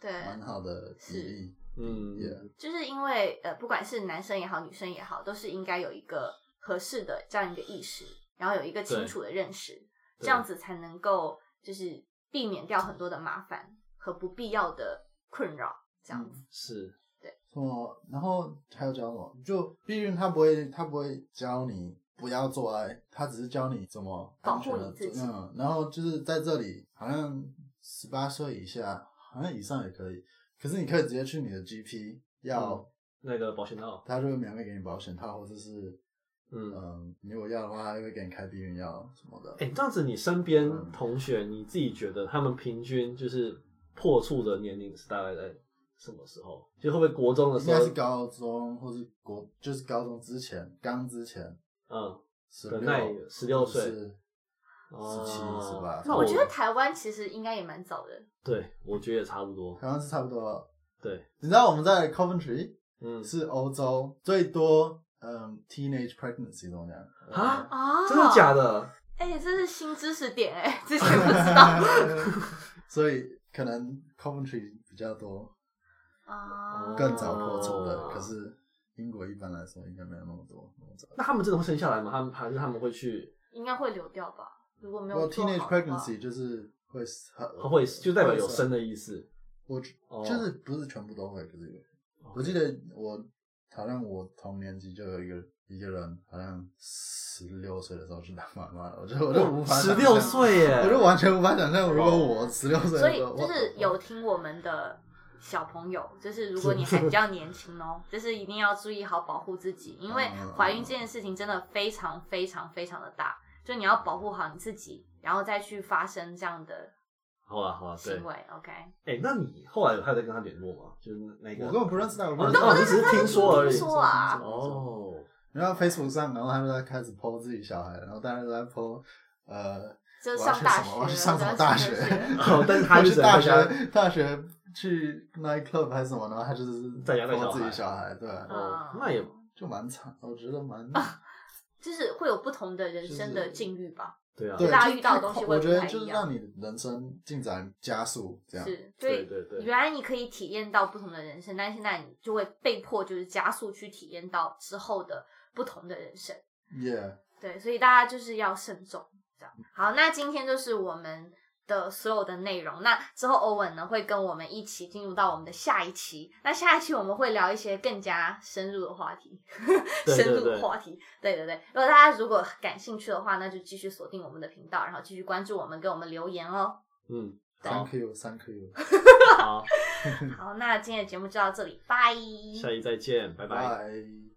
[SPEAKER 1] 对，
[SPEAKER 3] 蛮好的提议。
[SPEAKER 2] 嗯
[SPEAKER 3] Yeah
[SPEAKER 1] 就是因为呃，不管是男生也好，女生也好，都是应该有一个合适的这样一个意识，然后有一个清楚的认识，
[SPEAKER 2] 对
[SPEAKER 1] 这样子才能够就是避免掉很多的麻烦和不必要的困扰。这样子，
[SPEAKER 2] 是
[SPEAKER 3] 什么？然后还有教什么？就避孕，他不会，他不会教你不要做爱，他只是教你怎么
[SPEAKER 1] 保
[SPEAKER 3] 安全
[SPEAKER 1] 护
[SPEAKER 3] 地
[SPEAKER 1] 你自
[SPEAKER 3] 做
[SPEAKER 1] 己
[SPEAKER 3] 嗯，然后就是在这里，好像十八岁以下，好像以上也可以，可是你可以直接去你的 GP 要，
[SPEAKER 2] 嗯那个保险套，
[SPEAKER 3] 他就会免费给你保险套，或者是
[SPEAKER 2] 嗯。
[SPEAKER 3] 嗯，你如果要的话，他就会给你开避孕药什么的。
[SPEAKER 2] 哎、这样子你身边
[SPEAKER 3] 嗯
[SPEAKER 2] 同学，你自己觉得他们平均就是破处的年龄是大概在什么时候？就会不会国中的
[SPEAKER 3] 应
[SPEAKER 2] 时
[SPEAKER 3] 该
[SPEAKER 2] 候？
[SPEAKER 3] 是高中或是国，就是高中之前，刚之前，
[SPEAKER 2] 嗯，
[SPEAKER 3] 十
[SPEAKER 2] 可能
[SPEAKER 3] 六、
[SPEAKER 2] 也16岁
[SPEAKER 3] 是
[SPEAKER 2] 哦
[SPEAKER 3] 17 18
[SPEAKER 2] 那
[SPEAKER 1] 我
[SPEAKER 2] 我
[SPEAKER 1] 觉得台湾其实应该也蛮早的，
[SPEAKER 2] 对，我觉得也差不多。
[SPEAKER 3] 好像是差不多。
[SPEAKER 2] 对，
[SPEAKER 3] 你知道我们在 Coventry
[SPEAKER 2] 嗯，
[SPEAKER 1] 哦
[SPEAKER 3] 是欧洲最多嗯 teenage pregnancy 怎么讲？
[SPEAKER 2] 啊
[SPEAKER 1] 啊
[SPEAKER 2] 真的假？的？
[SPEAKER 1] 哎、这是新知识点哎、之前不知道 哦
[SPEAKER 3] 所以可能 Coventry 比较多，
[SPEAKER 1] 啊
[SPEAKER 3] 更早破处的。
[SPEAKER 2] 哦
[SPEAKER 3] 可是英国一般来说应该没有那么多那么早。
[SPEAKER 2] 那他们真的会生下来吗？他们还是他们会去？
[SPEAKER 1] 应该会流掉吧？如果没
[SPEAKER 3] 我
[SPEAKER 1] 有做好的
[SPEAKER 3] teenage
[SPEAKER 1] 话
[SPEAKER 3] pregnancy 就是会
[SPEAKER 2] 他会就代表有生
[SPEAKER 3] 的，
[SPEAKER 2] 的意思。
[SPEAKER 3] 我就
[SPEAKER 2] 哦
[SPEAKER 3] 就是不是全部都会，可是有。我记得我好像我同年级就有一个一个人，好像十六岁的时候就当妈妈了，我就我就无法
[SPEAKER 2] 十
[SPEAKER 3] 想
[SPEAKER 2] 六
[SPEAKER 3] 象，
[SPEAKER 2] 岁耶，
[SPEAKER 3] 我就完全无法想象，如果
[SPEAKER 2] 哦
[SPEAKER 3] 我十六岁
[SPEAKER 1] 所
[SPEAKER 3] 的
[SPEAKER 1] 以
[SPEAKER 3] 时候，
[SPEAKER 1] 就是
[SPEAKER 3] 我
[SPEAKER 1] 有听我们的小朋友，就是如果你还比较年轻 哦，就是一定要注意好保护自己，因
[SPEAKER 3] 嗯
[SPEAKER 1] 为怀孕这件事情真的非常非常非常的大，就你要保护好你自己，然后再去发生这样的
[SPEAKER 2] 好啊
[SPEAKER 3] 哦
[SPEAKER 2] 好啊，对
[SPEAKER 1] 行。为。OK，
[SPEAKER 2] 哎、那你后来有还有在跟他联络吗？就是那个
[SPEAKER 3] 我根本不认识他，我
[SPEAKER 2] 哦
[SPEAKER 3] 不
[SPEAKER 2] 你
[SPEAKER 3] 认识
[SPEAKER 2] 哦
[SPEAKER 3] 他，
[SPEAKER 2] 你只是听说而已
[SPEAKER 1] 听说啊
[SPEAKER 2] 哦，
[SPEAKER 3] 然后 Facebook 上，然后他们在开始 po 自己小孩，然后大家都在 po 呃，
[SPEAKER 1] 就是
[SPEAKER 3] 我要
[SPEAKER 1] 上
[SPEAKER 3] 去
[SPEAKER 1] 大学，
[SPEAKER 3] 什么我要去上什么
[SPEAKER 1] 我
[SPEAKER 3] 大
[SPEAKER 1] 学
[SPEAKER 3] 学？
[SPEAKER 2] 哦但是他就
[SPEAKER 3] 去
[SPEAKER 2] 只能
[SPEAKER 3] 大
[SPEAKER 2] 在家
[SPEAKER 3] 学大学去 night club 还是什么，然后他就是
[SPEAKER 2] 在家带
[SPEAKER 3] po
[SPEAKER 2] 小孩
[SPEAKER 3] 自己小孩，对，
[SPEAKER 2] 哦
[SPEAKER 1] 嗯，
[SPEAKER 2] 那也
[SPEAKER 3] 就蛮惨，我觉得蛮。
[SPEAKER 1] 啊就是会有不同的人生的
[SPEAKER 3] 就是
[SPEAKER 1] 境遇吧。
[SPEAKER 2] 对啊，
[SPEAKER 3] 对，
[SPEAKER 1] 大家
[SPEAKER 3] 就
[SPEAKER 1] 遇到的
[SPEAKER 3] 太
[SPEAKER 1] 东西
[SPEAKER 3] 快
[SPEAKER 1] 会
[SPEAKER 3] 我
[SPEAKER 1] 不
[SPEAKER 3] 觉得
[SPEAKER 1] 太
[SPEAKER 3] 就
[SPEAKER 1] 一
[SPEAKER 3] 是
[SPEAKER 1] 样
[SPEAKER 3] 让你的人生进展加速，这样
[SPEAKER 1] 是，所
[SPEAKER 2] 对
[SPEAKER 1] 以
[SPEAKER 2] 对对，
[SPEAKER 1] 原来你可以体验到不同的人生，但现在你就会被迫就是加速去体验到之后的不同的人生。
[SPEAKER 3] ，Yeah，
[SPEAKER 1] 对，所以大家就是要慎重，这
[SPEAKER 2] 嗯
[SPEAKER 1] 样。好，那今天就是我们的所有的内容。那之后欧文呢会跟我们一起进入到我们的下一期。那下一期我们会聊一些更加深入的话题，
[SPEAKER 2] 对
[SPEAKER 1] 深入
[SPEAKER 2] 对
[SPEAKER 1] 的
[SPEAKER 2] 对
[SPEAKER 1] 话题。对对对，如果大家如果感兴趣的话，那就继续锁定我们的频道，然后继续关注我们，给我们留言哦。
[SPEAKER 2] 嗯，好
[SPEAKER 3] ，Thank you，Thank you，
[SPEAKER 2] 好，嗯
[SPEAKER 1] 好，那今天的节目就到这里，拜。
[SPEAKER 2] 下一再见，拜拜。
[SPEAKER 3] 拜。